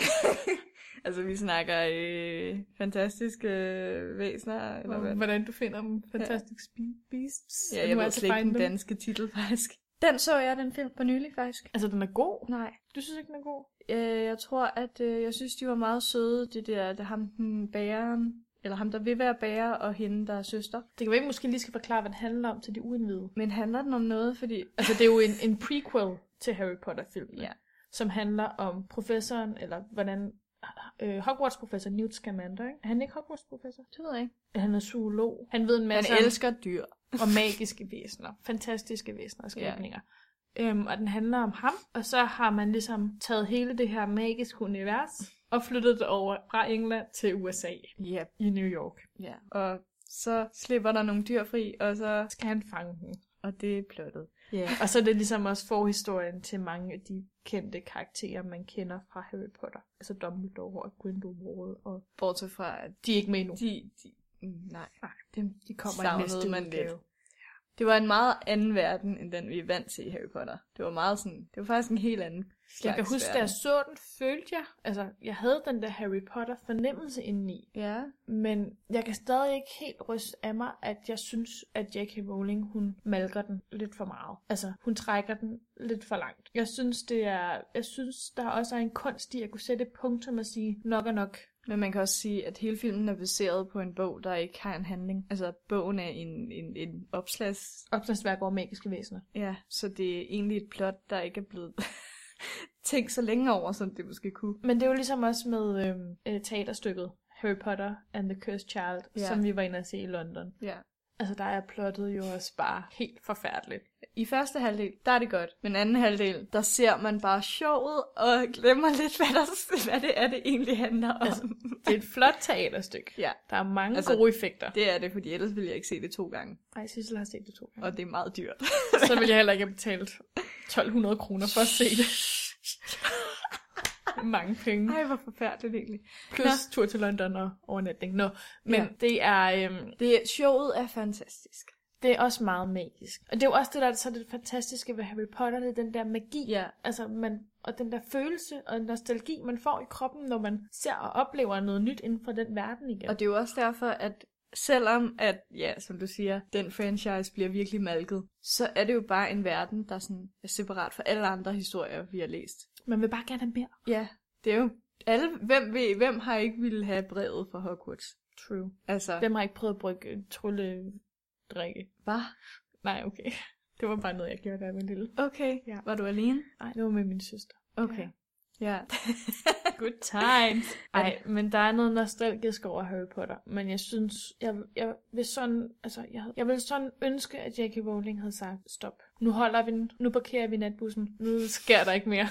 [SPEAKER 1] Altså, vi snakker øh, fantastiske øh, væsener, eller hvad?
[SPEAKER 2] Og hvordan du finder dem. Fantastic Be- Beasts.
[SPEAKER 1] Ja,
[SPEAKER 2] Du
[SPEAKER 1] jeg
[SPEAKER 2] må
[SPEAKER 1] ved
[SPEAKER 2] altså
[SPEAKER 1] slet ikke
[SPEAKER 2] finde
[SPEAKER 1] den
[SPEAKER 2] dem.
[SPEAKER 1] danske titel, [laughs] faktisk. Den så jeg, den film, for nylig, faktisk.
[SPEAKER 2] Altså, den er god.
[SPEAKER 1] Nej.
[SPEAKER 2] Du synes ikke, den er god?
[SPEAKER 1] Øh, jeg tror, at øh, jeg synes, de var meget søde, det der, det ham den bæren, eller ham, der vil være bærer, og hende, der er søster.
[SPEAKER 2] Det kan være, at vi måske lige skal forklare, hvad den handler om til de uindvidede.
[SPEAKER 1] Men handler den om noget, fordi... [laughs]
[SPEAKER 2] Altså, det er jo en, en prequel til Harry Potter-filmen,
[SPEAKER 1] Ja.
[SPEAKER 2] som handler om professoren, eller hvordan øh, Hogwarts-professor Newt Scamander, ikke? Er han ikke Hogwarts-professor?
[SPEAKER 1] Det ved jeg ikke.
[SPEAKER 2] Han er zoolog. Han ved en
[SPEAKER 1] Han
[SPEAKER 2] masse
[SPEAKER 1] altså,
[SPEAKER 2] om,
[SPEAKER 1] elsker dyr.
[SPEAKER 2] om magiske væsener. Fantastiske væsener og skabninger. Øhm, og den handler om ham, og så har man ligesom taget hele det her magiske univers og flyttet det over fra England til USA
[SPEAKER 1] Ja.
[SPEAKER 2] i New York.
[SPEAKER 1] ja. Og så slipper der nogle dyr fri, og så...
[SPEAKER 2] Så skal han fange dem.
[SPEAKER 1] Og det er plottet.
[SPEAKER 2] Ja, og så er det ligesom også forhistorien til mange af de kendte karakterer, man kender fra Harry Potter. Altså Dumbledore og Grindelwald, og
[SPEAKER 1] Bortset fra, at
[SPEAKER 2] de er ikke med nu.
[SPEAKER 1] de... de mm, nej,
[SPEAKER 2] Dem, de kommer i
[SPEAKER 1] Savnede
[SPEAKER 2] næste
[SPEAKER 1] man
[SPEAKER 2] man
[SPEAKER 1] lidt.
[SPEAKER 2] udgave. Lidt.
[SPEAKER 1] Det var en meget anden verden, end den vi er vant til i Harry Potter. Det var meget sådan... Det var faktisk en helt anden
[SPEAKER 2] Jeg kan
[SPEAKER 1] slags
[SPEAKER 2] huske, da
[SPEAKER 1] verden.
[SPEAKER 2] jeg så den, følte jeg, altså jeg havde den der Harry Potter fornemmelse indeni,
[SPEAKER 1] Ja.
[SPEAKER 2] men jeg kan stadig ikke helt ryste af mig, at jeg synes, at J.K. Rowling, hun malker den lidt for meget. Altså, hun trækker den lidt for langt. Jeg synes, det er, jeg synes, der også er en kunst i at kunne sætte et punktum og sige, nok er nok.
[SPEAKER 1] Men man kan også sige, at hele filmen er baseret på en bog, der ikke har en handling. Altså, bogen er en, en, en opslags...
[SPEAKER 2] opslagsværk over magiske væsener.
[SPEAKER 1] Ja, så det er egentlig et plot, der ikke er blevet [laughs] tænkt så længe over, som det måske kunne.
[SPEAKER 2] Men det er jo ligesom også med øhm, øh, teaterstykket Harry Potter and the Cursed Child,
[SPEAKER 1] Ja.
[SPEAKER 2] ja. som vi var inde og se i London.
[SPEAKER 1] Ja.
[SPEAKER 2] Altså der er plottet jo også bare helt forfærdeligt.
[SPEAKER 1] I første halvdel, der er det godt. Men anden halvdel, der ser man bare sjovet og glemmer lidt, hvad, der, [laughs] hvad det er, det egentlig handler om.
[SPEAKER 2] Altså. Det er et flot teaterstykke.
[SPEAKER 1] [laughs] Ja.
[SPEAKER 2] Der er mange
[SPEAKER 1] Altså,
[SPEAKER 2] altså, gode effekter.
[SPEAKER 1] Det er det, fordi ellers ville jeg ikke se det to gange.
[SPEAKER 2] Nej, Sissel har set det to gange.
[SPEAKER 1] Og det er meget dyrt.
[SPEAKER 2] så vil jeg heller ikke have betalt 1200 kroner for at se
[SPEAKER 1] [laughs]
[SPEAKER 2] det. mange penge.
[SPEAKER 1] Ej, hvor forfærdeligt egentlig.
[SPEAKER 2] Plus tur til London og overnatning. Nå, men
[SPEAKER 1] Ja.
[SPEAKER 2] ja. det er... Øhm,
[SPEAKER 1] Det, showet er fantastisk.
[SPEAKER 2] Det er også meget magisk. Og det er jo også det, der er så det fantastiske ved Harry Potter, det er den der magi.
[SPEAKER 1] Ja.
[SPEAKER 2] Altså, man, og den der følelse og nostalgi, man får i kroppen, når man ser og oplever noget nyt inden for den verden igen.
[SPEAKER 1] Og det er jo også derfor, at selvom at, ja, som du siger, den franchise bliver virkelig malket, så er det jo bare en verden, der sådan er separat fra alle andre historier, vi har læst.
[SPEAKER 2] man vil bare gerne have mere.
[SPEAKER 1] Ja, det er jo alle, hvem, ved, hvem har ikke ville have brevet fra Hogwarts?
[SPEAKER 2] True.
[SPEAKER 1] Altså,
[SPEAKER 2] Hvem har ikke prøvet at brygge øh, trylledrikke?
[SPEAKER 1] hvad?
[SPEAKER 2] Nej, okay. [laughs] Det var bare noget, jeg gjorde, da jeg var lille.
[SPEAKER 1] Okay, ja.
[SPEAKER 2] Ja.
[SPEAKER 1] var du alene?
[SPEAKER 2] Nej, det var med min søster.
[SPEAKER 1] Okay. [laughs] Ja.
[SPEAKER 2] Good times. Nej, men der er noget nostalgisk over Harry Potter. Men jeg synes, jeg, jeg vil sådan, altså, jeg, jeg vil sådan ønske, at J.K. Rowling havde sagt, stop. Nu holder vi den. Nu parkerer vi natbussen. Nu sker der ikke mere.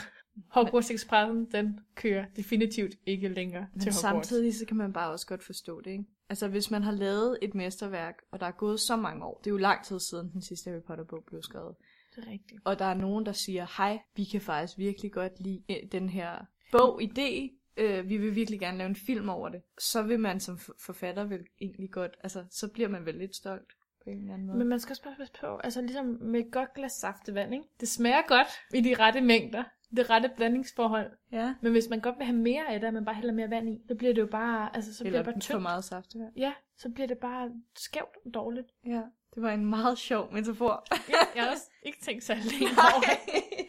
[SPEAKER 2] Hogwarts Expressen, den kører definitivt ikke længere
[SPEAKER 1] Men
[SPEAKER 2] til Hogwarts.
[SPEAKER 1] samtidig så kan man bare også godt forstå det, ikke? Altså hvis man har lavet et mesterværk, og der er gået så mange år, det er jo lang tid siden den sidste Harry Potter-bog blev skrevet,
[SPEAKER 2] Det er rigtigt.
[SPEAKER 1] og der er nogen, der siger, hej, vi kan faktisk virkelig godt lide øh, den her bog, idé, øh, vi vil virkelig gerne lave en film over det, så vil man som f- forfatter vel egentlig godt, altså så bliver man vel lidt stolt på en eller anden måde.
[SPEAKER 2] Men man skal også bare passe på, altså ligesom med et godt glas saftevand, ikke? Det smager godt i de rette mængder, det rette blandingsforhold.
[SPEAKER 1] ja,
[SPEAKER 2] Men hvis man godt vil have mere af det, og man bare hælder mere vand i, så bliver det jo bare, altså så bliver
[SPEAKER 1] eller
[SPEAKER 2] det bare
[SPEAKER 1] for
[SPEAKER 2] tyndt.
[SPEAKER 1] meget saft. Ja.
[SPEAKER 2] Ja, så bliver det bare skævt og [laughs] dårligt.
[SPEAKER 1] ja, det var en meget sjov metafor.
[SPEAKER 2] [laughs] Jeg har også ikke tænkt særlig længe over det.
[SPEAKER 1] Nej.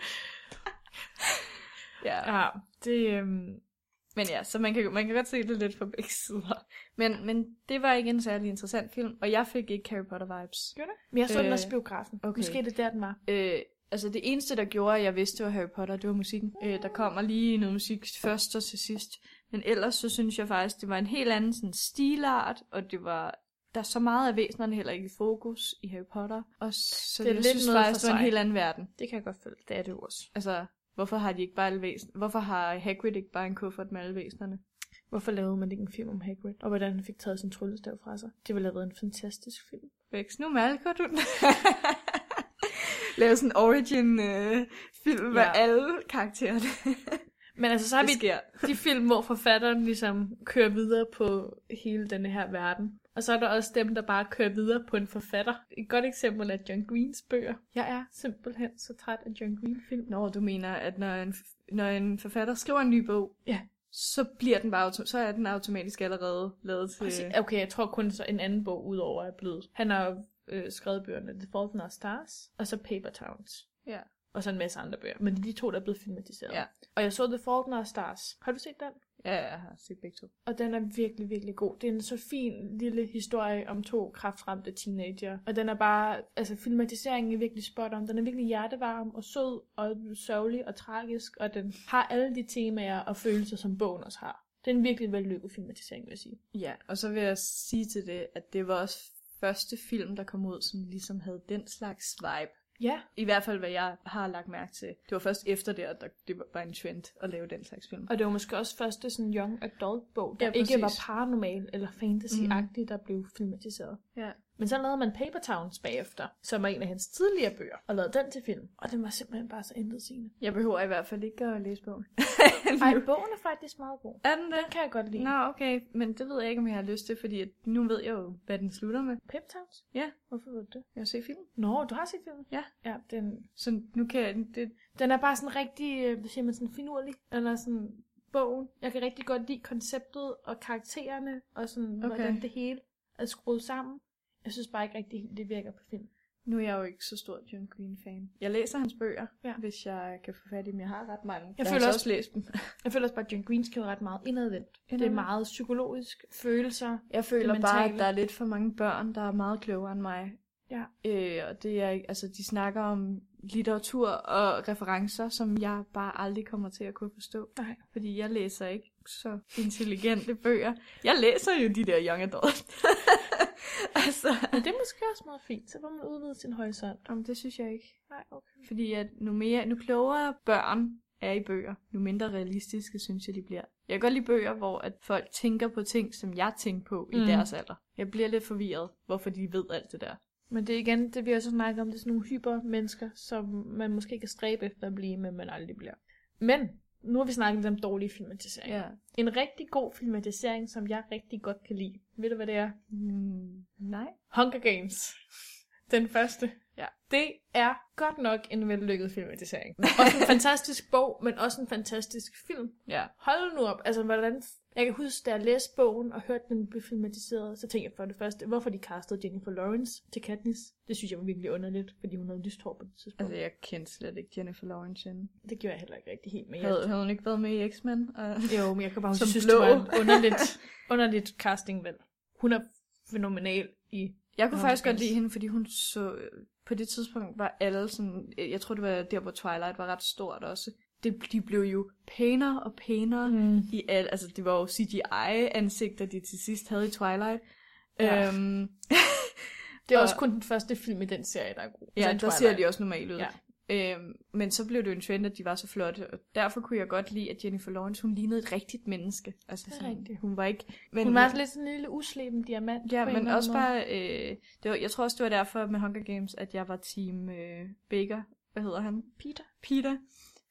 [SPEAKER 1] ja.
[SPEAKER 2] Ja, det, øhm,
[SPEAKER 1] Men ja, så man kan, man kan godt se det lidt fra begge sider. Men, men det var ikke en særlig interessant film, og jeg fik ikke Harry Potter vibes.
[SPEAKER 2] gjorde det? Men jeg så øh, den
[SPEAKER 1] Øh,
[SPEAKER 2] også i biografen. Okay.
[SPEAKER 1] okay.
[SPEAKER 2] Måske er det der, den var.
[SPEAKER 1] Øh, altså det eneste, der gjorde, at jeg vidste, det var Harry Potter, det var musikken. Øh, der kommer lige noget musik først og til sidst. Men ellers så synes jeg faktisk, det var en helt anden sådan, stilart, og det var... Der er så meget af væsenerne heller ikke i fokus i Harry Potter. Og så
[SPEAKER 2] Det er
[SPEAKER 1] jeg
[SPEAKER 2] lidt
[SPEAKER 1] synes
[SPEAKER 2] noget
[SPEAKER 1] faktisk,
[SPEAKER 2] for
[SPEAKER 1] det var en
[SPEAKER 2] sig.
[SPEAKER 1] helt anden verden.
[SPEAKER 2] Det kan jeg godt følge. Det er det jo også.
[SPEAKER 1] Altså, hvorfor har de ikke bare alle væsen? Hvorfor har Hagrid ikke bare en kuffert med alle væsenerne?
[SPEAKER 2] Hvorfor lavede man ikke en film om Hagrid? Og hvordan han fik taget sin tryllestav fra sig? Det ville have været en fantastisk film.
[SPEAKER 1] Væks, nu malker du den. Lave sådan en origin-film øh,
[SPEAKER 2] Ja.
[SPEAKER 1] med ja. alle karaktererne.
[SPEAKER 2] Men altså, så har
[SPEAKER 1] Det
[SPEAKER 2] vi
[SPEAKER 1] sker.
[SPEAKER 2] de film, hvor forfatteren ligesom kører videre på hele denne her verden. Og så er der også dem, der bare kører videre på en forfatter. Et godt eksempel er John Greens bøger. Jeg er simpelthen så træt af John Green-film.
[SPEAKER 1] Når du mener, at når en, når en forfatter skriver en ny bog,
[SPEAKER 2] Ja.
[SPEAKER 1] så bliver den bare auto- så er den automatisk allerede lavet til...
[SPEAKER 2] Præcis. Øh, Okay, jeg tror kun så en anden bog udover er blevet. Han har jo øh, skrevet bøgerne The Fault in Our Stars, og så Paper Towns.
[SPEAKER 1] Ja.
[SPEAKER 2] Og så en masse andre bøger. Men det er de to, der er blevet filmatiseret.
[SPEAKER 1] Ja.
[SPEAKER 2] Og jeg så The Fault in Our Stars. Har du set den?
[SPEAKER 1] Ja, jeg har set begge to.
[SPEAKER 2] Og den er virkelig, virkelig god. Det er en så fin lille historie om to kraftramte teenager. Og den er bare, altså filmatiseringen er virkelig spot on. Den er virkelig hjertevarm og sød og sørgelig og tragisk. Og den har alle de temaer og følelser, som bogen også har. Det er en virkelig vellykket filmatisering, vil jeg sige.
[SPEAKER 1] Ja, og så vil jeg sige til det, at det var også første film, der kom ud, som ligesom havde den slags vibe.
[SPEAKER 2] Ja,
[SPEAKER 1] I hvert fald, hvad jeg har lagt mærke til. Det var først efter det, at der- det var en trend at lave den slags film.
[SPEAKER 2] og det var måske også første sådan young adult bog, der
[SPEAKER 1] Ja,
[SPEAKER 2] ja, ikke var
[SPEAKER 1] præcis. Mm.
[SPEAKER 2] paranormal eller fantasy-agtig, der blev filmatiseret.
[SPEAKER 1] Ja.
[SPEAKER 2] Men så lavede man Paper Towns bagefter, som er en af hans tidligere bøger, og lavede den til film. Og den var simpelthen bare så
[SPEAKER 1] [laughs]
[SPEAKER 2] intetsigende.
[SPEAKER 1] Jeg behøver i hvert fald ikke at læse bogen.
[SPEAKER 2] Ej, bogen er faktisk meget god.
[SPEAKER 1] er den det?
[SPEAKER 2] Den kan jeg godt lide.
[SPEAKER 1] Nå, okay, men det ved jeg ikke, om jeg har lyst til, fordi at nu ved jeg jo, hvad den slutter med.
[SPEAKER 2] Pep Towns?
[SPEAKER 1] Ja,
[SPEAKER 2] Hvorfor ved du det?
[SPEAKER 1] jeg har set filmen.
[SPEAKER 2] Nå, du har set filmen?
[SPEAKER 1] Ja.
[SPEAKER 2] Ja, den,
[SPEAKER 1] Så nu kan jeg, det,
[SPEAKER 2] den er bare sådan rigtig, øh, hvad siger man, sådan finurlig. Eller sådan bogen. Jeg kan rigtig godt lide konceptet og karaktererne, og sådan, okay.
[SPEAKER 1] Okay.
[SPEAKER 2] hvordan det hele er skruet sammen. Jeg synes bare ikke rigtig, det virker på film.
[SPEAKER 1] nu er jeg jo ikke så stor John Green-fan. Jeg læser hans bøger,
[SPEAKER 2] Ja.
[SPEAKER 1] ja. hvis jeg kan få fat i dem. Jeg har ret mange.
[SPEAKER 2] Jeg
[SPEAKER 1] har
[SPEAKER 2] føler
[SPEAKER 1] så
[SPEAKER 2] også-
[SPEAKER 1] læst dem.
[SPEAKER 2] Jeg føler også bare, at John Green skriver ret meget indadvendt. Det er
[SPEAKER 1] Indadvendt.
[SPEAKER 2] meget psykologisk, følelser.
[SPEAKER 1] [laughs] Jeg føler
[SPEAKER 2] Det
[SPEAKER 1] bare,
[SPEAKER 2] mentale.
[SPEAKER 1] at der er lidt for mange børn, der er meget klogere end mig.
[SPEAKER 2] Ja.
[SPEAKER 1] Øh, og det er, ikke- altså, de snakker om litteratur og referencer, som jeg bare aldrig kommer til at kunne forstå.
[SPEAKER 2] Nej.
[SPEAKER 1] Fordi jeg læser ikke så [laughs] intelligente bøger. Jeg læser jo de der young [laughs] adult. altså,
[SPEAKER 2] Men det er måske også meget fint, så får man udvidet sin horisont.
[SPEAKER 1] om det synes jeg ikke.
[SPEAKER 2] Nej, okay.
[SPEAKER 1] Fordi at nu, mere, nu klogere børn er i bøger, nu mindre realistiske synes jeg, de bliver. Jeg kan godt lide bøger, hvor at folk tænker på ting, som jeg tænker på mm.
[SPEAKER 2] Mm.
[SPEAKER 1] i deres alder. Jeg bliver lidt forvirret, hvorfor de ved alt det der.
[SPEAKER 2] Men det er igen, det vi også snakker om, det er sådan nogle hypermennesker, som man måske kan stræbe efter at blive, men man aldrig bliver. Men, nu har vi snakket lidt om dårlige filmatiseringer.
[SPEAKER 1] Ja.
[SPEAKER 2] En rigtig god filmatisering, som jeg rigtig godt kan lide. Ved du, hvad det er?
[SPEAKER 1] Mm, nej.
[SPEAKER 2] Hunger Games. Den første.
[SPEAKER 1] Ja.
[SPEAKER 2] Det er godt nok en vellykket filmatisering. også en fantastisk bog, men også en fantastisk film.
[SPEAKER 1] Ja.
[SPEAKER 2] Hold nu op, altså hvordan... Jeg kan huske, da jeg læste bogen og hørte den blive filmatiseret, så tænkte jeg for det første, hvorfor de castede Jennifer Lawrence til Katniss. Det synes jeg var virkelig underligt, fordi hun havde lyst hår på det tidspunkt.
[SPEAKER 1] Altså, jeg kendte slet ikke Jennifer Lawrence inden.
[SPEAKER 2] Det gjorde jeg heller ikke rigtig helt med. Jeg...
[SPEAKER 1] Havde, havde hun ikke været med i X-Men? Og...
[SPEAKER 2] Jo, men jeg kan bare huske,
[SPEAKER 1] Som
[SPEAKER 2] jeg synes, det
[SPEAKER 1] blå.
[SPEAKER 2] var en underligt, underligt casting, vel. Hun er fænomenal i...
[SPEAKER 1] Jeg kunne
[SPEAKER 2] Nå,
[SPEAKER 1] faktisk
[SPEAKER 2] okay.
[SPEAKER 1] godt lide hende, fordi hun så... øh, På det tidspunkt var alle sådan... Jeg tror, det var der, hvor Twilight var ret stort også. Det, de blev jo pænere og pænere.
[SPEAKER 2] Mm.
[SPEAKER 1] i al, altså det var jo CGI-ansigter, de til sidst havde i Twilight.
[SPEAKER 2] Ja.
[SPEAKER 1] Ja, øhm,
[SPEAKER 2] Det er
[SPEAKER 1] Og-
[SPEAKER 2] også kun den første film Altså, i den serie, der er god.
[SPEAKER 1] ja
[SPEAKER 2] Så
[SPEAKER 1] der
[SPEAKER 2] Twilight.
[SPEAKER 1] ser de også normalt ud.
[SPEAKER 2] Ja.
[SPEAKER 1] Ja. Øhm, men så blev det jo en trend, at de var så flotte, og derfor kunne jeg godt lide, at Jennifer Lawrence, hun lignede et rigtigt menneske. Altså,
[SPEAKER 2] Det er
[SPEAKER 1] sådan,
[SPEAKER 2] rigtigt.
[SPEAKER 1] Hun var ikke... Men,
[SPEAKER 2] Hun var også lidt sådan en lille usleben diamant.
[SPEAKER 1] Ja,
[SPEAKER 2] på en
[SPEAKER 1] men
[SPEAKER 2] eller
[SPEAKER 1] også
[SPEAKER 2] anden måde.
[SPEAKER 1] bare... Øh, det var, jeg tror også, det var derfor med Hunger Games, at jeg var team øh, Baker. Hvad hedder han?
[SPEAKER 2] Peter.
[SPEAKER 1] Peter.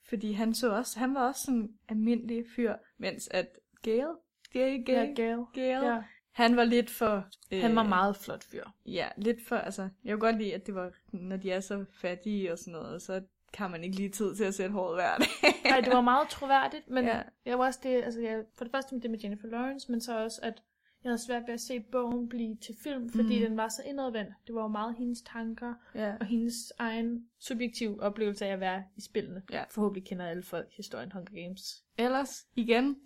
[SPEAKER 1] Fordi han så også... Han var også sådan en almindelig fyr, mens at Gale... Gale, Gale,
[SPEAKER 2] Ja, Gale.
[SPEAKER 1] Gale
[SPEAKER 2] Ja.
[SPEAKER 1] han var lidt for... Øh,
[SPEAKER 2] Han var meget flot fyr.
[SPEAKER 1] Ja, lidt for... Altså, jeg kunne godt lide, at det var... Når de er så fattige og sådan noget, så kan man ikke lige tid til at sætte håret hver [laughs] dag.
[SPEAKER 2] Nej, det var meget troværdigt, men
[SPEAKER 1] Ja.
[SPEAKER 2] ja. jeg var også det, altså jeg, for det første med det med Jennifer Lawrence, men så også, at jeg havde svært ved at se bogen blive til film, fordi
[SPEAKER 1] Mm.
[SPEAKER 2] mm. den var så indadvendt. Det var jo meget hendes tanker
[SPEAKER 1] ja.
[SPEAKER 2] og hendes egen subjektive oplevelse af at være i spillene.
[SPEAKER 1] Ja.
[SPEAKER 2] Forhåbentlig kender alle folk historien Hunger Games.
[SPEAKER 1] Ellers, igen,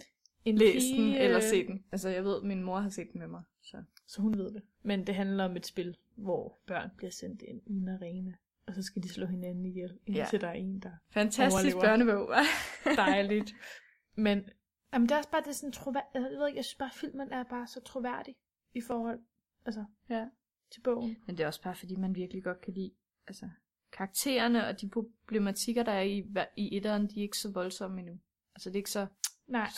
[SPEAKER 2] En
[SPEAKER 1] læs den eller
[SPEAKER 2] øh,
[SPEAKER 1] se den. Altså, jeg ved, min mor har set den med mig, så...
[SPEAKER 2] Så hun ved det. Men det handler om et spil, hvor børn bliver sendt ind i en arena, og så skal de slå hinanden ihjel, indtil ja. der er en, der
[SPEAKER 1] Fantastisk
[SPEAKER 2] Overlever.
[SPEAKER 1] børnebog, [laughs] hva'?
[SPEAKER 2] dejligt. Men jamen, det er også bare det er sådan troværdigt. Jeg ved ikke, jeg synes bare, filmen er bare så troværdig i forhold altså,
[SPEAKER 1] Ja.
[SPEAKER 2] til bogen.
[SPEAKER 1] Men det er også bare, fordi man virkelig godt kan lide altså, karaktererne og de problematikker, der er i, hver- i etteren, de er ikke så voldsomme endnu. Altså, det er ikke så...
[SPEAKER 2] Nej,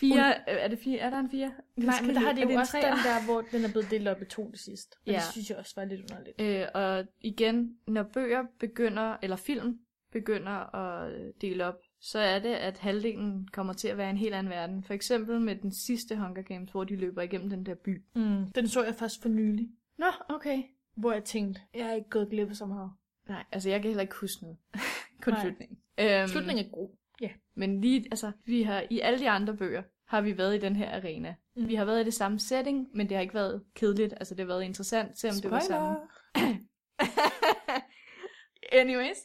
[SPEAKER 1] Fire, er det fire? Er der en fire?
[SPEAKER 2] nej men der har
[SPEAKER 1] Er
[SPEAKER 2] det jo
[SPEAKER 1] en
[SPEAKER 2] også
[SPEAKER 1] treer?
[SPEAKER 2] den der, hvor den er blevet delt op i to til sidst. Og ja.
[SPEAKER 1] Ja.
[SPEAKER 2] det synes jeg også var lidt underligt.
[SPEAKER 1] Øh, og igen, når bøger begynder, eller film begynder at øh, dele op, så er det, at halvdelen kommer til at være en helt anden verden. For eksempel med den sidste Hunger Games, hvor de løber igennem den der by.
[SPEAKER 2] Mm. Den så jeg først for nylig. Nå, okay. Hvor jeg tænkte, jeg har ikke gået glip af så meget.
[SPEAKER 1] Nej, altså jeg kan heller ikke huske noget. [laughs] Kun
[SPEAKER 2] Nej.
[SPEAKER 1] slutningen. Øhm,
[SPEAKER 2] Slutningen er god.
[SPEAKER 1] Men lige, altså, vi har, i alle de andre bøger har vi været i den her arena. Mm.
[SPEAKER 2] Mm.
[SPEAKER 1] Vi har været i det samme setting, men det har ikke været kedeligt. Altså, det har været interessant, selvom Spoiler. det var samme. [laughs] Anyways.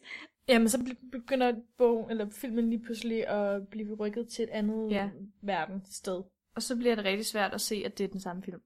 [SPEAKER 2] Jamen, så be- begynder bogen, eller filmen lige pludselig at blive rykket til et andet
[SPEAKER 1] Ja.
[SPEAKER 2] ja. verdenssted.
[SPEAKER 1] Og så bliver det rigtig svært at se, at det er den samme film.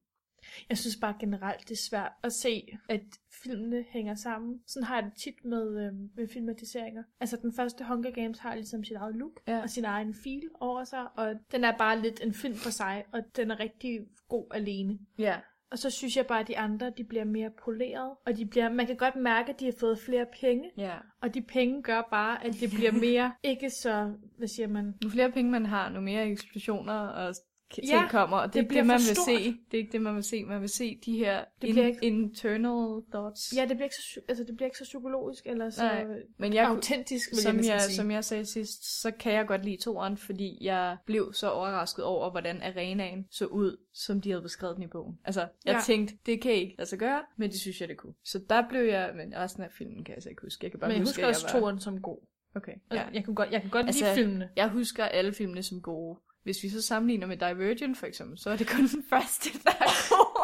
[SPEAKER 2] Jeg synes bare generelt, det er svært at se, at filmene hænger sammen. Sådan har jeg det tit med, øh, med filmatiseringer. Altså den første Hunger Games har ligesom sit eget look
[SPEAKER 1] Ja.
[SPEAKER 2] ja. og sin egen fil over sig, og den er bare lidt en film for sig, og den er rigtig god alene.
[SPEAKER 1] Ja.
[SPEAKER 2] Og så synes jeg bare, at de andre, de bliver mere poleret, og de bliver, man kan godt mærke, at de har fået flere penge,
[SPEAKER 1] ja.
[SPEAKER 2] og de penge gør bare, at det
[SPEAKER 1] [laughs]
[SPEAKER 2] bliver mere, ikke så, hvad siger man,
[SPEAKER 1] Nu flere penge man har, nu mere eksplosioner og k- ting
[SPEAKER 2] Ja,
[SPEAKER 1] kommer. Og det, er
[SPEAKER 2] det
[SPEAKER 1] ikke
[SPEAKER 2] bliver
[SPEAKER 1] det, man
[SPEAKER 2] for
[SPEAKER 1] vil
[SPEAKER 2] stort.
[SPEAKER 1] se. Det er ikke det, man vil se. Man vil se de her
[SPEAKER 2] Det
[SPEAKER 1] in-
[SPEAKER 2] bliver ikke-
[SPEAKER 1] internal thoughts.
[SPEAKER 2] ja, det bliver ikke så, psy- altså, det bliver ikke så psykologisk, eller så
[SPEAKER 1] Nej,
[SPEAKER 2] Nej,
[SPEAKER 1] men jeg, kunne-
[SPEAKER 2] autentisk, vil
[SPEAKER 1] som
[SPEAKER 2] jeg,
[SPEAKER 1] jeg,
[SPEAKER 2] næsten sige.
[SPEAKER 1] som jeg sagde sidst, så kan jeg godt lide toeren, fordi jeg blev så overrasket over, hvordan arenaen så ud, som de havde beskrevet den i bogen. Altså, jeg ja.
[SPEAKER 2] Ja.
[SPEAKER 1] tænkte, det kan jeg ikke lade sig gøre, men det synes jeg, det kunne. Så der blev jeg, men resten af filmen kan jeg så ikke huske. Jeg kan bare
[SPEAKER 2] Men jeg
[SPEAKER 1] huske,
[SPEAKER 2] husker
[SPEAKER 1] at
[SPEAKER 2] også
[SPEAKER 1] jeg var...
[SPEAKER 2] toeren som god.
[SPEAKER 1] Okay,
[SPEAKER 2] Altså,
[SPEAKER 1] ja.
[SPEAKER 2] ja. jeg, kan godt, jeg kan godt
[SPEAKER 1] Altså,
[SPEAKER 2] altså, lide filmene.
[SPEAKER 1] Jeg husker alle filmene som gode. Hvis vi så sammenligner med Divergent for eksempel, så er det kun [laughs] den første, der er god.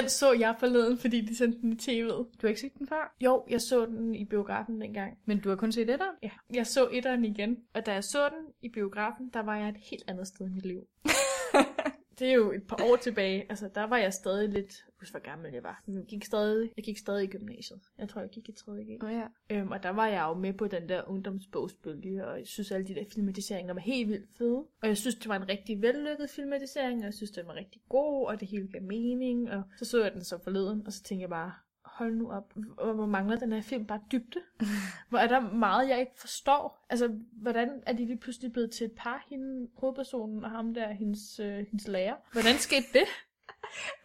[SPEAKER 2] Den så jeg forleden, fordi de sendte den i tv'et.
[SPEAKER 1] Du har ikke set den før,
[SPEAKER 2] Jo, jeg så den i biografen dengang.
[SPEAKER 1] men du har kun set det der.
[SPEAKER 2] Ja, jeg så etteren igen. Og da jeg så den i biografen, der var jeg et helt andet sted i mit
[SPEAKER 1] [laughs]
[SPEAKER 2] liv. det er jo et par år tilbage. Altså, der var jeg stadig lidt... Jeg husker, hvor gammel jeg var. Men Jeg gik stadig, jeg gik stadig i gymnasiet. Jeg tror, jeg gik i 3. G.
[SPEAKER 1] Oh, ja.
[SPEAKER 2] Øhm, og der var jeg jo med på den der ungdomsbogsbølge, og jeg synes alle de der filmatiseringer var helt vildt fede. Og jeg synes, det var en rigtig vellykket filmatisering, og jeg synes, den var rigtig god, og det hele gav mening. Og så så jeg den så forleden, og så tænkte jeg bare, hold nu op, hvor hvor mangler den her film bare dybde? Hvor er der meget, jeg ikke forstår? Altså, hvordan er de lige pludselig blevet til et par, hende, hovedpersonen og ham der, hendes, øh, hendes lærer? Hvordan skete det?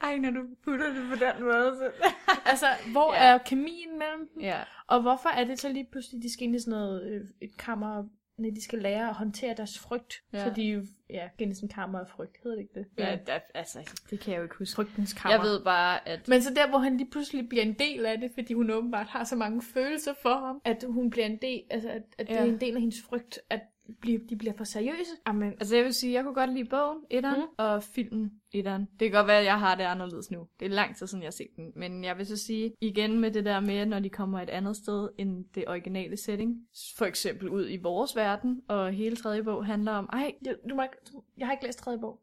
[SPEAKER 1] Ej, når du putter det på den måde, så...
[SPEAKER 2] Altså, hvor
[SPEAKER 1] Ja.
[SPEAKER 2] ja. er kemien mellem dem?
[SPEAKER 1] ja.
[SPEAKER 2] Og hvorfor er det så lige pludselig, de skal ind i sådan noget øh, et kammer, når de skal lære at håndtere deres frygt?
[SPEAKER 1] Ja.
[SPEAKER 2] Ja. Så de er jo, ja, ind i sådan en kammer af frygt, hedder det ikke det?
[SPEAKER 1] ja der, altså, det kan jeg jo ikke huske.
[SPEAKER 2] Frygtens kammer.
[SPEAKER 1] Jeg ved bare, at
[SPEAKER 2] Men så der, hvor han lige pludselig bliver en del af det, fordi hun åbenbart har så mange følelser for ham, at hun bliver en del, altså at, at det
[SPEAKER 1] Ja.
[SPEAKER 2] er en del af hendes frygt, at blive, de bliver for seriøse. Amen.
[SPEAKER 1] Altså jeg vil sige, jeg kunne godt lide bogen, etteren, mm.
[SPEAKER 2] Mhm.
[SPEAKER 1] og filmen, etteren. Det kan godt være, at jeg har det anderledes nu. Det er lang tid siden, jeg har set den. Men jeg vil så sige, igen med det der med, når de kommer et andet sted end det originale setting. For eksempel ud i vores verden, og hele tredje bog handler om, ej,
[SPEAKER 2] Jeg, du må ikke, du, jeg har ikke læst tredje bog.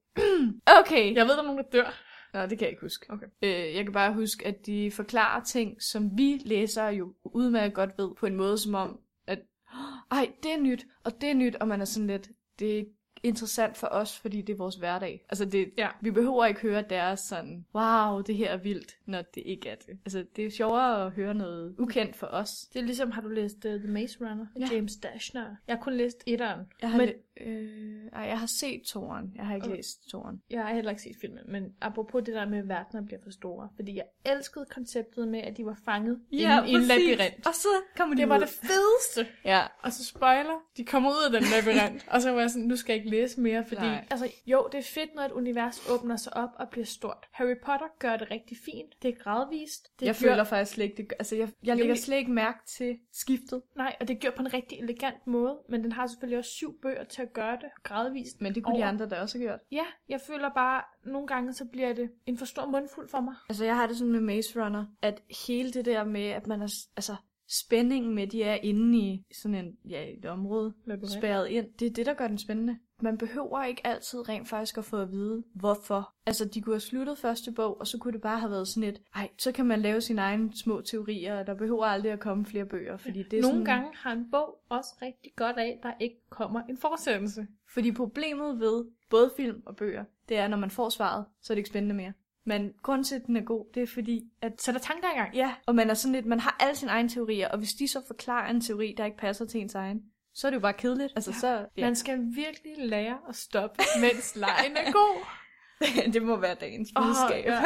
[SPEAKER 1] okay.
[SPEAKER 2] Jeg ved, der er nogen, der dør.
[SPEAKER 1] Nå, det kan jeg ikke huske.
[SPEAKER 2] Okay.
[SPEAKER 1] Øh, jeg kan bare huske, at de forklarer ting, som vi læsere jo udmærket godt ved, på en måde som om, at "Åh, ej, det er nyt, og det er nyt, og man er sådan lidt, det interessant for os, fordi det er vores hverdag. Altså det,
[SPEAKER 2] Ja.
[SPEAKER 1] vi behøver ikke høre deres sådan, wow, det her er vildt, når det ikke er det. Altså det er sjovere at høre noget ukendt for os.
[SPEAKER 2] Det er ligesom, har du læst uh, The Maze Runner af
[SPEAKER 1] Ja.
[SPEAKER 2] James Dashner? Jeg har kun læst etteren.
[SPEAKER 1] Jeg har,
[SPEAKER 2] men,
[SPEAKER 1] men... øh, ej, jeg har set toren. Jeg har ikke
[SPEAKER 2] Okay.
[SPEAKER 1] okay. læst toren.
[SPEAKER 2] Jeg har heller ikke set filmen, men apropos det der med, at verdener bliver for store. Fordi jeg elskede konceptet med, at de var fanget inde i en labyrint.
[SPEAKER 1] Og så kommer de
[SPEAKER 2] Det var
[SPEAKER 1] ud.
[SPEAKER 2] det fedeste.
[SPEAKER 1] Ja.
[SPEAKER 2] Og så spoiler, de kommer ud af den [laughs] labyrint. og så var jeg sådan, nu skal jeg ikke læse mere, fordi...
[SPEAKER 1] Nej.
[SPEAKER 2] Altså, jo, det er fedt, når et univers åbner sig op og bliver stort. Harry Potter gør det rigtig fint. Det er gradvist. Det
[SPEAKER 1] Det jeg
[SPEAKER 2] gør...
[SPEAKER 1] føler faktisk slet ikke, det gør, altså jeg, jeg
[SPEAKER 2] Jo,
[SPEAKER 1] lægger
[SPEAKER 2] det-
[SPEAKER 1] slet ikke mærke til skiftet.
[SPEAKER 2] Nej, og det gør på en rigtig elegant måde, men den har selvfølgelig også syv bøger til at gøre det gradvist.
[SPEAKER 1] Men det kunne Over. de
[SPEAKER 2] Over.
[SPEAKER 1] andre da også have gjort.
[SPEAKER 2] Ja, jeg føler bare, nogle gange så bliver det en for stor mundfuld for mig.
[SPEAKER 1] Altså jeg har det sådan med Maze Runner, at hele det der med, at man er, s- altså spændingen med, de er inde i sådan en, ja, et område,
[SPEAKER 2] Labyrint.
[SPEAKER 1] spærret ind, det er det, der gør den spændende. Man behøver ikke altid rent faktisk at få at vide, hvorfor. Altså, de kunne have sluttet første bog, og så kunne det bare have været sådan et, ej, så kan man lave sine egne små teorier, og der behøver aldrig at komme flere bøger, fordi det er
[SPEAKER 2] Nogle
[SPEAKER 1] sådan...
[SPEAKER 2] gange har en bog også rigtig godt af, der ikke kommer en fortsættelse.
[SPEAKER 1] Fordi problemet ved både film og bøger, det er, når man får svaret, så er det ikke spændende mere. Men grunden til, at den er god, det er fordi, at
[SPEAKER 2] Så der er tanker i gang.
[SPEAKER 1] Ja, og man er sådan lidt, man har alle sine egne teorier, og hvis de så forklarer en teori, der ikke passer til ens egen, så er det jo bare kedeligt. Altså, ja. så,
[SPEAKER 2] Ja.
[SPEAKER 1] [laughs]
[SPEAKER 2] Man skal virkelig lære at stoppe, mens lejen [laughs] er god.
[SPEAKER 1] det må være dagens
[SPEAKER 2] Åh,
[SPEAKER 1] budskab. [laughs]
[SPEAKER 2] ja.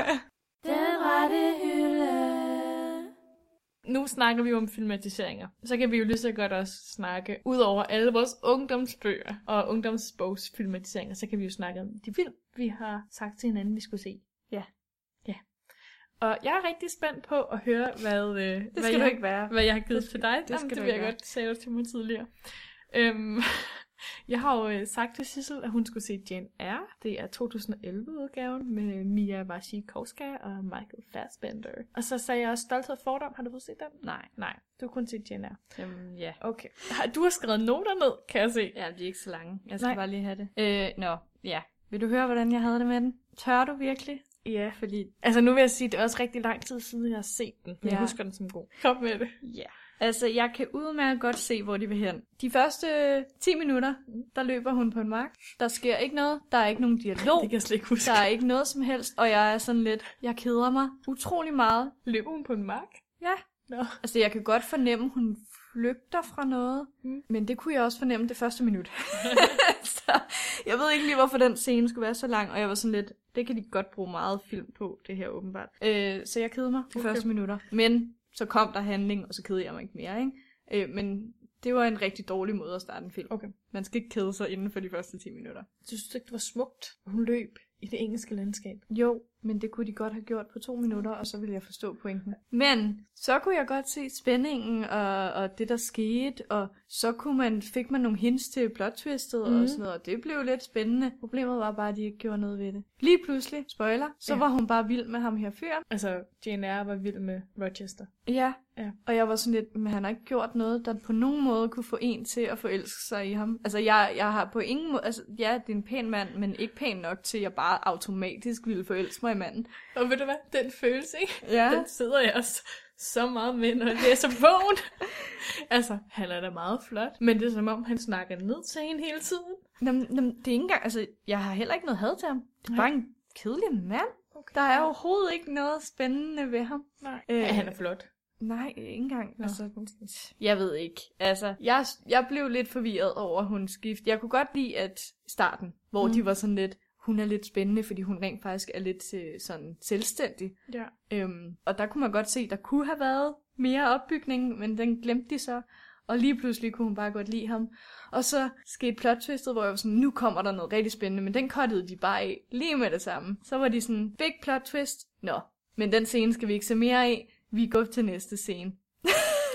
[SPEAKER 1] Den rette hylde.
[SPEAKER 2] Nu snakker vi jo om filmatiseringer. Så kan vi jo lige så godt også snakke, ud over alle vores ungdomsbøger og ungdomsbogsfilmatiseringer, så kan vi jo snakke om de film, vi har sagt til hinanden, vi skulle se.
[SPEAKER 1] Ja.
[SPEAKER 2] Ja. Og jeg er rigtig spændt på at høre, hvad, øh,
[SPEAKER 1] Det
[SPEAKER 2] hvad
[SPEAKER 1] skal
[SPEAKER 2] jeg
[SPEAKER 1] du ikke være.
[SPEAKER 2] hvad jeg har givet til dig. Det,
[SPEAKER 1] det
[SPEAKER 2] Jamen,
[SPEAKER 1] skal
[SPEAKER 2] det
[SPEAKER 1] du
[SPEAKER 2] vil jeg
[SPEAKER 1] ikke
[SPEAKER 2] godt sige til mig tidligere. Øhm, [laughs] jeg har jo øh, sagt til Sissel, at hun skulle se Jane Eyre. Det er 2011-udgaven med Mia Wasikowska og Michael Fassbender. Og så sagde jeg også Stolthed og Fordom. Har du fået set den?
[SPEAKER 1] Nej,
[SPEAKER 2] Nej, du har kun set Jane Eyre.
[SPEAKER 1] jamen, ja.
[SPEAKER 2] Okay. Har- Du har skrevet noter ned, kan jeg se.
[SPEAKER 1] Ja, de er ikke så lange. Jeg skal
[SPEAKER 2] Nej.
[SPEAKER 1] Nej. bare lige have det. Øh, nå, ja. Vil du høre, hvordan jeg havde det med den? Tør du virkelig?
[SPEAKER 2] Ja.
[SPEAKER 1] Fordi,
[SPEAKER 2] Altså nu vil jeg sige, at det er også rigtig lang tid siden, jeg har set den. Men ja. jeg
[SPEAKER 1] Ja.
[SPEAKER 2] husker den som god. Kom med det.
[SPEAKER 1] ja. Altså, jeg kan udmærket godt se, hvor de vil hen. De første 10 minutter, der løber hun på en mark. Der sker ikke noget. Der er ikke nogen dialog.
[SPEAKER 2] Det kan jeg slet ikke huske.
[SPEAKER 1] Der er ikke noget som helst, og jeg er sådan lidt, jeg keder mig utrolig meget.
[SPEAKER 2] Løber hun på en mark?
[SPEAKER 1] Ja.
[SPEAKER 2] Nå.
[SPEAKER 1] Altså, jeg kan godt fornemme, hun flygter fra noget,
[SPEAKER 2] Mm.
[SPEAKER 1] mm. men det kunne jeg også fornemme det første
[SPEAKER 2] [laughs]
[SPEAKER 1] minut. så jeg ved ikke lige, hvorfor den scene skulle være så lang, og jeg var sådan lidt, det kan de godt bruge meget film på, det her åbenbart. Øh, så jeg kedede mig de
[SPEAKER 2] Okay.
[SPEAKER 1] okay. første minutter. Men så kom der handling, og så kedede jeg mig ikke mere, ikke? Øh, men det var en rigtig dårlig måde at starte en film.
[SPEAKER 2] Okay.
[SPEAKER 1] Man skal ikke kede sig inden for de første 10 minutter.
[SPEAKER 2] Du synes ikke, det var smukt, hun løb i det engelske landskab?
[SPEAKER 1] Jo, men det kunne de godt have gjort på to minutter, og så ville jeg forstå pointen. Men så kunne jeg godt se spændingen og, og det, der skete, og så kunne man, fik man nogle hints til plottwistet mm.
[SPEAKER 2] Mhm.
[SPEAKER 1] og sådan noget, og det blev lidt spændende. Problemet var bare, at de ikke gjorde noget ved det. Lige pludselig, spoiler, så
[SPEAKER 2] Ja.
[SPEAKER 1] ja. var hun bare vild med ham her fyren.
[SPEAKER 2] Altså, Jane Eyre var vild med Rochester.
[SPEAKER 1] Ja.
[SPEAKER 2] Ja.
[SPEAKER 1] og jeg var sådan lidt, men han har ikke gjort noget, der på nogen måde kunne få en til at forelske sig i ham. Altså jeg, jeg har på ingen måde, altså ja, det er en pæn mand, men ikke pæn nok til, at jeg bare automatisk ville forelske mig i manden.
[SPEAKER 2] Og ved du hvad? Den følelse, ikke?
[SPEAKER 1] Ja.
[SPEAKER 2] Den sidder jeg også så meget med, når jeg læser bogen. altså, han er da meget flot, men det er som om, han snakker ned til hende hele tiden.
[SPEAKER 1] Jamen, jamen, det er ikke engang, altså, jeg har heller ikke noget had til ham. Det er
[SPEAKER 2] Nej.
[SPEAKER 1] bare en kedelig mand.
[SPEAKER 2] Okay.
[SPEAKER 1] Der er overhovedet ikke noget spændende ved ham.
[SPEAKER 2] Nej. Øh,
[SPEAKER 1] Øh,
[SPEAKER 2] ja, han er flot.
[SPEAKER 1] Nej, ikke engang.
[SPEAKER 2] Nå.
[SPEAKER 1] Altså, jeg ved ikke. Altså, jeg, jeg blev lidt forvirret over, at hun skift. Jeg kunne godt lide, at starten, hvor
[SPEAKER 2] Mm.
[SPEAKER 1] mm. de var sådan lidt, hun er lidt spændende, fordi hun rent faktisk er lidt øh, sådan selvstændig.
[SPEAKER 2] Ja.
[SPEAKER 1] Øhm, og der kunne man godt se, der kunne have været mere opbygning, men den glemte de så. Og lige pludselig kunne hun bare godt lide ham. Og så skete plot-twistet, hvor jeg var sådan, nu kommer der noget rigtig spændende, men den kottede de bare af lige med det samme. Så var de sådan, big plot-twist, nå, men den scene skal vi ikke se mere af, vi går til næste [laughs] scene.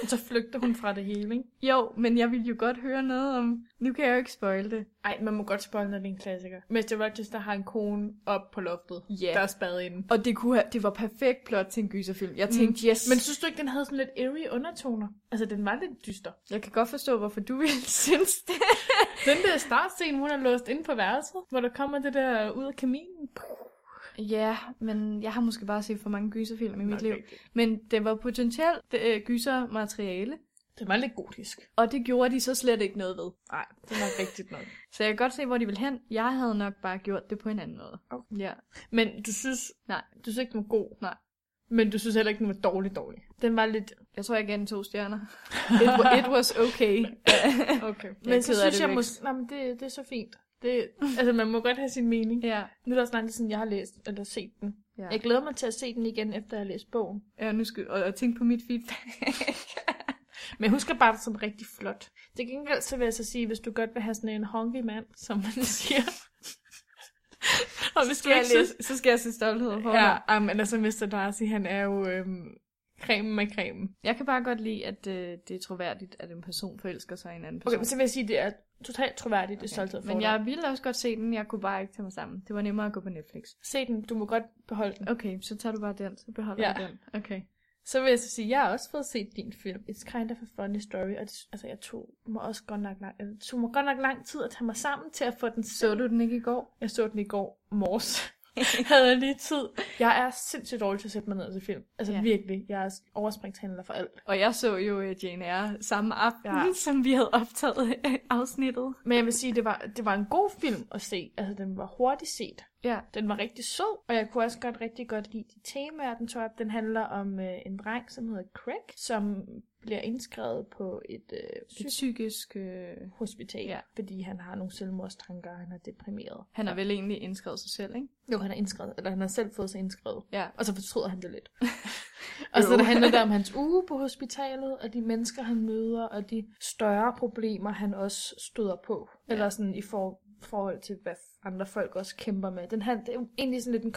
[SPEAKER 2] Og så flygter hun fra det hele, ikke?
[SPEAKER 1] Jo, men jeg ville jo godt høre noget om, nu kan jeg jo ikke spoil det.
[SPEAKER 2] Ej, man må godt spoil, når det er en klassiker. Mr. Rochester har en kone op på loftet,
[SPEAKER 1] Ja.
[SPEAKER 2] der er spadet inde.
[SPEAKER 1] Og det, kunne have, det var perfekt plot til en gyserfilm. Jeg tænkte, yes.
[SPEAKER 2] Men synes du ikke, den havde sådan lidt eerie undertoner? Altså, den var lidt dyster.
[SPEAKER 1] jeg kan godt forstå, hvorfor du ville [laughs] synes det.
[SPEAKER 2] Den der startscene, hun er låst inde på værelset, hvor der kommer det der ud af kaminen.
[SPEAKER 1] Ja, men jeg har måske bare set for mange gyserfilm i mit
[SPEAKER 2] Nok
[SPEAKER 1] liv. Men det var potentielt øh, gysermateriale,
[SPEAKER 2] Det var lidt gotisk.
[SPEAKER 1] Og det gjorde de så slet ikke noget ved.
[SPEAKER 2] Nej, det var rigtigt nok.
[SPEAKER 1] Så jeg kan godt se, hvor de vil hen. Jeg havde nok bare gjort det på en anden måde.
[SPEAKER 2] Okay.
[SPEAKER 1] Ja.
[SPEAKER 2] Men du synes,
[SPEAKER 1] Nej.
[SPEAKER 2] du synes ikke, den var god?
[SPEAKER 1] Nej.
[SPEAKER 2] Men du synes heller ikke, den var dårlig dårlig? Den var lidt...
[SPEAKER 1] Jeg tror, jeg gav den to stjerner. [laughs] It, wa- it was
[SPEAKER 2] [laughs]
[SPEAKER 1] okay.
[SPEAKER 2] [laughs] Okay.
[SPEAKER 1] Jeg er
[SPEAKER 2] Men så
[SPEAKER 1] ked
[SPEAKER 2] synes
[SPEAKER 1] af det,
[SPEAKER 2] jeg,
[SPEAKER 1] Vex.
[SPEAKER 2] mås... Nej, men det, det er så fint. [laughs] Det, altså, man må godt have sin mening.
[SPEAKER 1] ja.
[SPEAKER 2] Nu er det også lang tid siden, jeg har læst eller set den.
[SPEAKER 1] ja.
[SPEAKER 2] Jeg glæder mig til at se den igen, efter jeg har læst bogen.
[SPEAKER 1] ja nu skal og, og tænke på mit
[SPEAKER 2] [laughs]
[SPEAKER 1] feedback.
[SPEAKER 2] Men jeg husker bare det som rigtig flot. Til gengæld så vil jeg så sige, hvis du godt vil have sådan en honky mand, som man [laughs] siger. og hvis du
[SPEAKER 1] skal jeg
[SPEAKER 2] ikke synes,
[SPEAKER 1] læse, så skal jeg se stolthed på
[SPEAKER 2] Ja, ej, men altså Mr. Darcy, han er jo øhm, cremen af cremen.
[SPEAKER 1] Jeg kan bare godt lide, at øh, det er troværdigt, at en person forelsker sig i en anden person.
[SPEAKER 2] Okay, men så vil jeg sige, det er totalt troværdigt, okay. det stolthed og
[SPEAKER 1] Men
[SPEAKER 2] fordomme.
[SPEAKER 1] jeg ville også godt se den, jeg kunne bare ikke tage mig sammen. Det var nemmere at gå på Netflix.
[SPEAKER 2] Se den, du må godt beholde den.
[SPEAKER 1] Okay, så tager du bare den, så beholder
[SPEAKER 2] Ja.
[SPEAKER 1] jeg den. Okay.
[SPEAKER 2] Så vil jeg så sige, jeg har også fået set din film, It's Kind of a Funny Story, og det, altså jeg tog mig også godt nok lang, det tog mig godt nok lang tid at tage mig sammen til at få den
[SPEAKER 1] Så du den ikke i går?
[SPEAKER 2] Jeg så den i går morges. [laughs] havde jeg lige tid. Jeg er sindssygt dårlig til at sætte mig ned til film. Altså
[SPEAKER 1] Ja.
[SPEAKER 2] ja. virkelig, jeg er overspringshandler for alt.
[SPEAKER 1] Og jeg så jo øh, Jane Eyre samme aften, ja.
[SPEAKER 2] Ja.
[SPEAKER 1] [laughs] som vi havde optaget øh, afsnittet.
[SPEAKER 2] Men jeg vil sige, det var, det var en god film at se. Altså den var hurtigt set.
[SPEAKER 1] Ja.
[SPEAKER 2] Den var rigtig sød, og jeg kunne også godt rigtig godt lide de temaer, den tog op. Den handler om øh, en dreng, som hedder Craig, som bliver indskrevet på et øh,
[SPEAKER 1] Psykisk... Øh...
[SPEAKER 2] hospital,
[SPEAKER 1] Ja.
[SPEAKER 2] ja. fordi han har nogle selvmordstanker, og han er deprimeret.
[SPEAKER 1] Han har vel egentlig indskrevet sig selv, ikke?
[SPEAKER 2] Jo, han er indskrevet, eller han har selv fået sig indskrevet.
[SPEAKER 1] Ja.
[SPEAKER 2] Og så fortryder han det lidt. [laughs] og så
[SPEAKER 1] Jo.
[SPEAKER 2] der handler det om [laughs] hans uge på hospitalet, og de mennesker, han møder, og de større problemer, han også støder på. Ja. Eller sådan i for, forhold til, hvad andre folk også kæmper med. Den han, det er jo egentlig sådan lidt en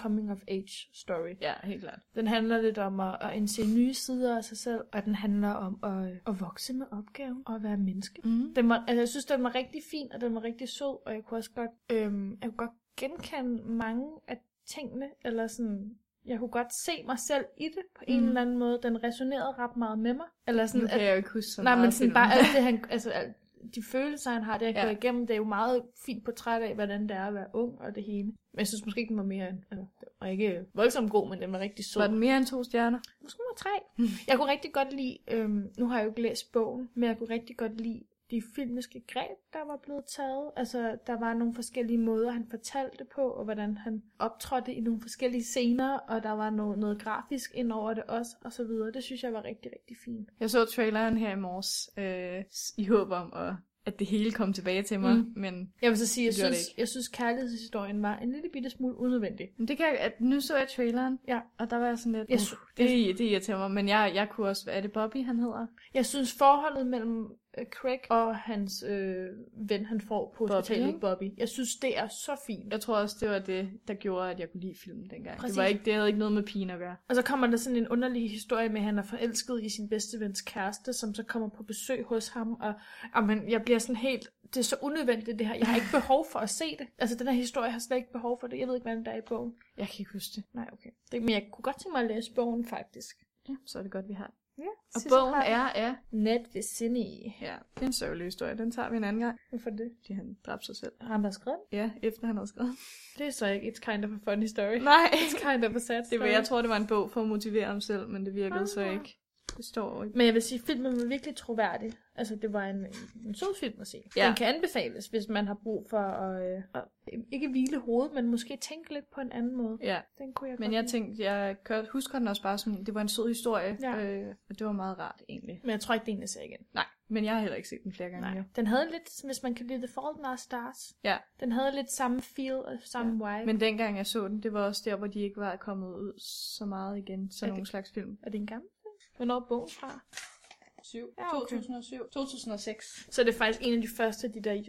[SPEAKER 2] coming-of-age-story.
[SPEAKER 1] Ja, helt klart.
[SPEAKER 2] Den handler lidt om at, at indse nye sider af sig selv, og den handler om at, at vokse med opgaven og at være menneske.
[SPEAKER 1] Mm.
[SPEAKER 2] Den var, altså, jeg synes, den var rigtig fin, og den var rigtig sød, og jeg kunne også godt, øhm, jeg kunne godt genkende mange af tingene, eller sådan, jeg kunne godt se mig selv i det på en
[SPEAKER 1] Mm.
[SPEAKER 2] eller anden måde. Den resonerede ret meget med mig. Eller
[SPEAKER 1] Nu
[SPEAKER 2] sådan,
[SPEAKER 1] kan
[SPEAKER 2] at,
[SPEAKER 1] jeg jo ikke huske så
[SPEAKER 2] nej,
[SPEAKER 1] meget
[SPEAKER 2] men
[SPEAKER 1] af
[SPEAKER 2] sådan
[SPEAKER 1] filmen.
[SPEAKER 2] bare alt det, han, altså, alt, de følelser, han har, det han
[SPEAKER 1] Ja.
[SPEAKER 2] ja. går igennem, det er jo meget fint portræt af, hvordan det er at være ung og det hele. Men jeg synes måske ikke, den var mere, end- altså, den var ikke voldsomt god, men den var rigtig sød.
[SPEAKER 1] Var den mere end to stjerner?
[SPEAKER 2] Måske nummer tre. Jeg kunne rigtig godt lide, øhm, nu har jeg jo ikke læst bogen, men jeg kunne rigtig godt lide de filmiske greb, der var blevet taget. Altså, der var nogle forskellige måder, han fortalte det på, og hvordan han optrådte i nogle forskellige scener, og der var noget, noget grafisk ind over det også, og så videre. Det synes jeg var rigtig, rigtig fint.
[SPEAKER 1] Jeg så traileren her i morges, øh, i håb om, at, at det hele kom tilbage til mig. Mm.
[SPEAKER 2] Mm.
[SPEAKER 1] Men,
[SPEAKER 2] Jeg vil så sige, jeg
[SPEAKER 1] Det gjorde det
[SPEAKER 2] synes, jeg synes kærlighedshistorien var en lille bitte smule unødvendig.
[SPEAKER 1] men det kan jeg, at nu så jeg traileren,
[SPEAKER 2] Ja.
[SPEAKER 1] og der var jeg sådan lidt,
[SPEAKER 2] Jeg
[SPEAKER 1] uh,
[SPEAKER 2] så-
[SPEAKER 1] det, det irriterer mig, men jeg, jeg kunne også, er det Bobby, han hedder?
[SPEAKER 2] Jeg synes forholdet mellem øh, Craig og hans øh, ven, han får på
[SPEAKER 1] Bobby, ikke?
[SPEAKER 2] hospitalet, Bobby, jeg synes, det er så fint.
[SPEAKER 1] Jeg tror også, det var det, der gjorde, at jeg kunne lide filmen dengang. Præcis.
[SPEAKER 2] Præcis.
[SPEAKER 1] Det, var ikke, det havde ikke noget med pigen at gøre.
[SPEAKER 2] Og så kommer der sådan en underlig historie med, at han er forelsket i sin bedste vens kæreste, som så kommer på besøg hos ham. Og amen, jeg bliver sådan helt, det er så unødvendigt det her. Jeg har ikke behov for at se det. Altså den her historie har slet ikke behov for det. Jeg ved ikke, hvordan der er i bogen.
[SPEAKER 1] Jeg kan ikke huske det.
[SPEAKER 2] Nej, okay. Det, men jeg kunne godt tænke mig at læse bogen faktisk.
[SPEAKER 1] Ja, så er det godt, vi har.
[SPEAKER 2] Ja,
[SPEAKER 1] Og bogen er af...
[SPEAKER 2] Ned ved Sydney.
[SPEAKER 1] Ja, det er en sørgelig historie. Den tager vi en anden gang,
[SPEAKER 2] Hvorfor det?
[SPEAKER 1] fordi han dræbte sig selv.
[SPEAKER 2] Har han bare skrevet den?
[SPEAKER 1] Ja, efter han havde skrevet. [laughs] den.
[SPEAKER 2] Det er så ikke It's Kind of a Funny Story.
[SPEAKER 1] Nej,
[SPEAKER 2] It's Kind of a Sad
[SPEAKER 1] det var,
[SPEAKER 2] story.
[SPEAKER 1] jeg tror, det var en bog for at motivere ham selv, men det virkede så
[SPEAKER 2] Ah.
[SPEAKER 1] ikke. Det står jo ikke.
[SPEAKER 2] Men jeg vil sige, at filmen var virkelig troværdig. Altså, det var en, en sød film at se.
[SPEAKER 1] Ja.
[SPEAKER 2] Ja. Den kan anbefales, hvis man har brug for at, øh, at ikke hvile hovedet, men måske tænke lidt på en anden måde.
[SPEAKER 1] Ja,
[SPEAKER 2] Den kunne jeg
[SPEAKER 1] men
[SPEAKER 2] godt
[SPEAKER 1] jeg
[SPEAKER 2] lide.
[SPEAKER 1] tænkte, jeg kan- husker den også bare som, det var en sød historie,
[SPEAKER 2] Ja.
[SPEAKER 1] øh, og det var meget rart egentlig.
[SPEAKER 2] Men jeg tror ikke, det er en, jeg ser igen.
[SPEAKER 1] Nej, men jeg har heller ikke set den flere gange.
[SPEAKER 2] Nej.
[SPEAKER 1] jo.
[SPEAKER 2] Den havde lidt, hvis man kan lide The Fault in Our Stars,
[SPEAKER 1] Ja.
[SPEAKER 2] den havde lidt samme feel og samme vibe.
[SPEAKER 1] Men dengang jeg så den, det var også der, hvor de ikke var kommet ud så meget igen,
[SPEAKER 2] Er
[SPEAKER 1] sådan nogle
[SPEAKER 2] det-
[SPEAKER 1] slags film.
[SPEAKER 2] Er det en gammel film? Hvornår er bogen fra?
[SPEAKER 1] 7.
[SPEAKER 2] Ja, okay.
[SPEAKER 1] 2007. 2006.
[SPEAKER 2] Så er det faktisk en af de første af de der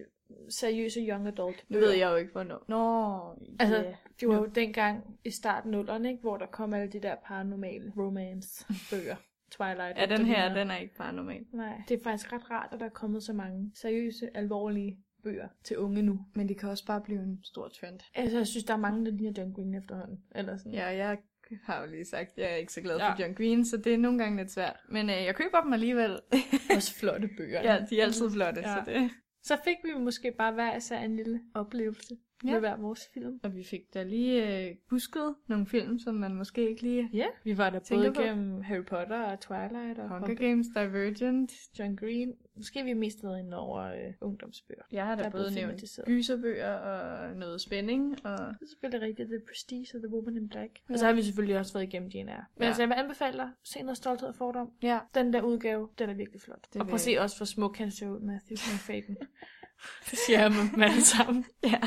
[SPEAKER 2] seriøse young adult.
[SPEAKER 1] Nu ved jeg jo ikke, hvornår. Nå,
[SPEAKER 2] Altså,
[SPEAKER 1] ja.
[SPEAKER 2] Det var jo dengang i starten af nullerne, ikke, hvor der kom alle de der paranormale romance-bøger. Twilight.
[SPEAKER 1] ja, den her,
[SPEAKER 2] Efterligner.
[SPEAKER 1] den er ikke bare normal.
[SPEAKER 2] Nej, det er faktisk ret rart, at der er kommet så mange seriøse, alvorlige bøger til unge nu.
[SPEAKER 1] Men det kan også bare blive en stor trend.
[SPEAKER 2] Altså, jeg synes, der er mange, der ligner John Green efterhånden. Eller sådan.
[SPEAKER 1] Ja, jeg har jo lige sagt, at jeg er ikke så glad for
[SPEAKER 2] Ja.
[SPEAKER 1] John Green, så det er nogle gange lidt svært. Men øh, jeg køber dem alligevel.
[SPEAKER 2] [laughs] Også flotte bøger.
[SPEAKER 1] [laughs] ja, de er altid flotte, ja.
[SPEAKER 2] Ja.
[SPEAKER 1] så det...
[SPEAKER 2] Så fik vi måske bare hver især en lille oplevelse ja.
[SPEAKER 1] Ja.
[SPEAKER 2] med hver vores film.
[SPEAKER 1] Og vi fik da lige øh, husket nogle film, som man måske ikke lige...
[SPEAKER 2] Ja,
[SPEAKER 1] Vi var der
[SPEAKER 2] både
[SPEAKER 1] både gennem
[SPEAKER 2] igennem Harry Potter og Twilight og
[SPEAKER 1] Hunger Games, Divergent.
[SPEAKER 2] John Green. Måske er vi mest været inde over øh, ungdomsbøger.
[SPEAKER 1] Jeg har
[SPEAKER 2] Der
[SPEAKER 1] da
[SPEAKER 2] er
[SPEAKER 1] både
[SPEAKER 2] blevet
[SPEAKER 1] nævnt
[SPEAKER 2] filmatiseret.
[SPEAKER 1] gyserbøger og noget spænding. Og...
[SPEAKER 2] Det er selvfølgelig rigtigt. The Prestige og The Woman in Black. Ja.
[SPEAKER 1] Ja.
[SPEAKER 2] Og så har vi selvfølgelig også været igennem DNR. Men
[SPEAKER 1] Ja.
[SPEAKER 2] ja. altså, jeg vil anbefale dig, se noget stolthed og fordom.
[SPEAKER 1] Ja,
[SPEAKER 2] Den der udgave, den er virkelig flot.
[SPEAKER 1] Det
[SPEAKER 2] Det og
[SPEAKER 1] vil
[SPEAKER 2] prøv at se også, hvor smuk han ser ud, Matthew McFadden. [laughs] det siger jeg med dem alle sammen.
[SPEAKER 1] [laughs] ja.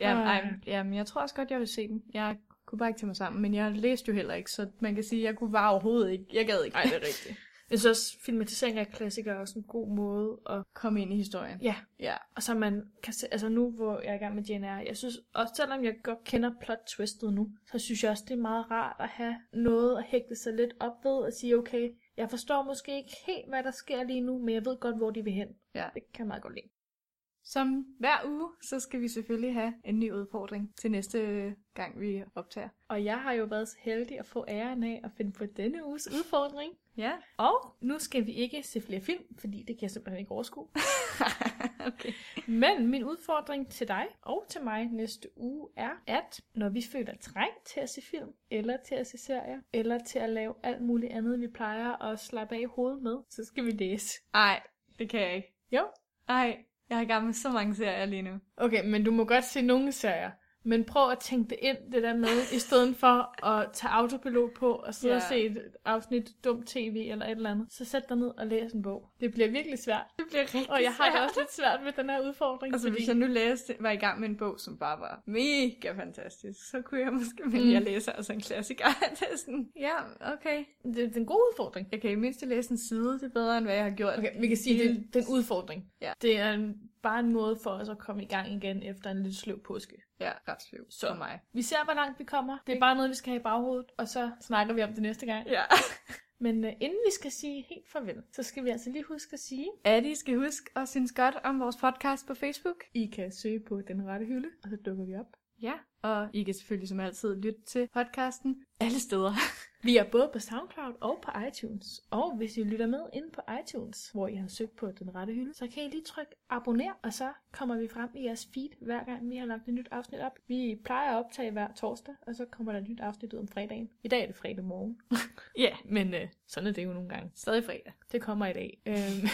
[SPEAKER 1] Jamen,
[SPEAKER 2] Ej.
[SPEAKER 1] ej, jamen, jeg tror også godt, jeg vil se den. Jeg kunne bare ikke tage mig sammen, men jeg læste jo heller ikke, så man kan sige, at jeg kunne bare overhovedet ikke. Jeg gad ikke.
[SPEAKER 2] Nej,
[SPEAKER 1] [laughs]
[SPEAKER 2] det er rigtigt. Jeg synes også, filmatisering af klassikere er også en god måde at...
[SPEAKER 1] Kom ind i historien.
[SPEAKER 2] Ja,
[SPEAKER 1] Ja.
[SPEAKER 2] og så man kan se, altså nu, hvor jeg er i gang med DNR, jeg synes også, selvom jeg godt kender plot twistet nu, så synes jeg også, det er meget rart at have noget at hægte sig lidt op ved og sige, okay, jeg forstår måske ikke helt, hvad der sker lige nu, men jeg ved godt, hvor de vil hen.
[SPEAKER 1] Ja.
[SPEAKER 2] Det kan jeg meget godt lide.
[SPEAKER 1] Som hver uge, så skal vi selvfølgelig have en ny udfordring til næste øh, gang, vi optager.
[SPEAKER 2] Og jeg har jo været så heldig at få æren af at finde på denne uges udfordring.
[SPEAKER 1] [laughs] Ja.
[SPEAKER 2] Og nu skal vi ikke se flere film, fordi det kan jeg simpelthen ikke overskue. okay. Men min udfordring til dig og til mig næste uge er, at når vi føler træng til at se film, eller til at se serier, eller til at lave alt muligt andet, vi plejer at slappe af i hovedet med, så skal vi læse.
[SPEAKER 1] Ej, det kan jeg ikke.
[SPEAKER 2] Jo.
[SPEAKER 1] Ej, jeg har gang med så mange serier lige nu.
[SPEAKER 2] Okay, men du må godt se nogle serier. Men prøv at tænke det ind, det der med, i stedet for at tage autopilot på og sidde
[SPEAKER 1] Ja.
[SPEAKER 2] og se et afsnit dumt tv eller et eller andet. Så sæt dig ned og læs en bog. Det bliver virkelig svært.
[SPEAKER 1] Det bliver rigtig
[SPEAKER 2] Og jeg har det også lidt svært med den her udfordring.
[SPEAKER 1] Altså, hvis jeg nu læste, var i gang med en bog, som bare var mega fantastisk, så kunne jeg måske, men
[SPEAKER 2] Mm.
[SPEAKER 1] mm. jeg læser altså en klassiker. [laughs] det er sådan, ja, okay.
[SPEAKER 2] Det er en god udfordring.
[SPEAKER 1] Jeg kan i mindste læse en side, det er bedre, end hvad jeg har gjort.
[SPEAKER 2] Okay, vi kan sige, det, det er en udfordring.
[SPEAKER 1] Ja.
[SPEAKER 2] Det er en, bare en måde for os at komme i gang igen efter en lidt sløv påske.
[SPEAKER 1] Ja, ret sløv
[SPEAKER 2] Så.
[SPEAKER 1] for mig.
[SPEAKER 2] Vi ser, hvor langt vi kommer. Det er bare noget, vi skal have i baghovedet, og så snakker vi om det næste gang.
[SPEAKER 1] [laughs] Ja.
[SPEAKER 2] Men uh, inden vi skal sige helt farvel, så skal vi altså lige huske at sige,
[SPEAKER 1] Adi skal huske at synes godt om vores podcast på Facebook.
[SPEAKER 2] I kan søge på Den Rette Hylde, og så dukker vi op.
[SPEAKER 1] Ja. Og I kan selvfølgelig som altid lytte til podcasten alle steder.
[SPEAKER 2] Vi er både på SoundCloud og på iTunes. Og hvis I lytter med inde på iTunes, hvor I har søgt på den rette hylde, så kan I lige trykke abonner, og så kommer vi frem i jeres feed, hver gang vi har lagt et nyt afsnit op. Vi plejer at optage hver torsdag, og så kommer der et nyt afsnit ud om fredagen. I dag er det fredag morgen,
[SPEAKER 1] Ja,
[SPEAKER 2] men øh, sådan er det jo nogle gange.
[SPEAKER 1] stadig fredag.
[SPEAKER 2] Det kommer i dag. Øhm.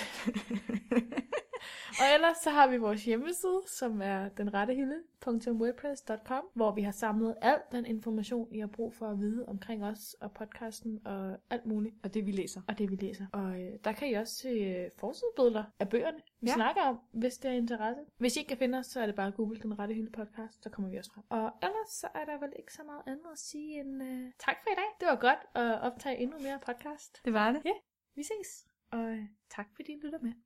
[SPEAKER 2] og ellers så har vi vores hjemmeside, som er denrettehylde.wordpress.com, hvor vi har samlet al den information, I har brug for at vide omkring os og podcasten og alt muligt,
[SPEAKER 1] Og det vi læser.
[SPEAKER 2] og det vi læser. Og øh, der kan I også se øh, forsidebilleder af bøgerne, vi ja.
[SPEAKER 1] Ja.
[SPEAKER 2] snakker om, hvis det er interesse. Hvis I ikke kan finde os, så er det bare at google Den Rette Hylde podcast, så kommer vi også frem. Og ellers så er der vel ikke så meget andet at sige end øh, tak for i dag. Det var godt at optage endnu mere podcast.
[SPEAKER 1] Det var det.
[SPEAKER 2] Vi ses, og øh, tak fordi I lytter med.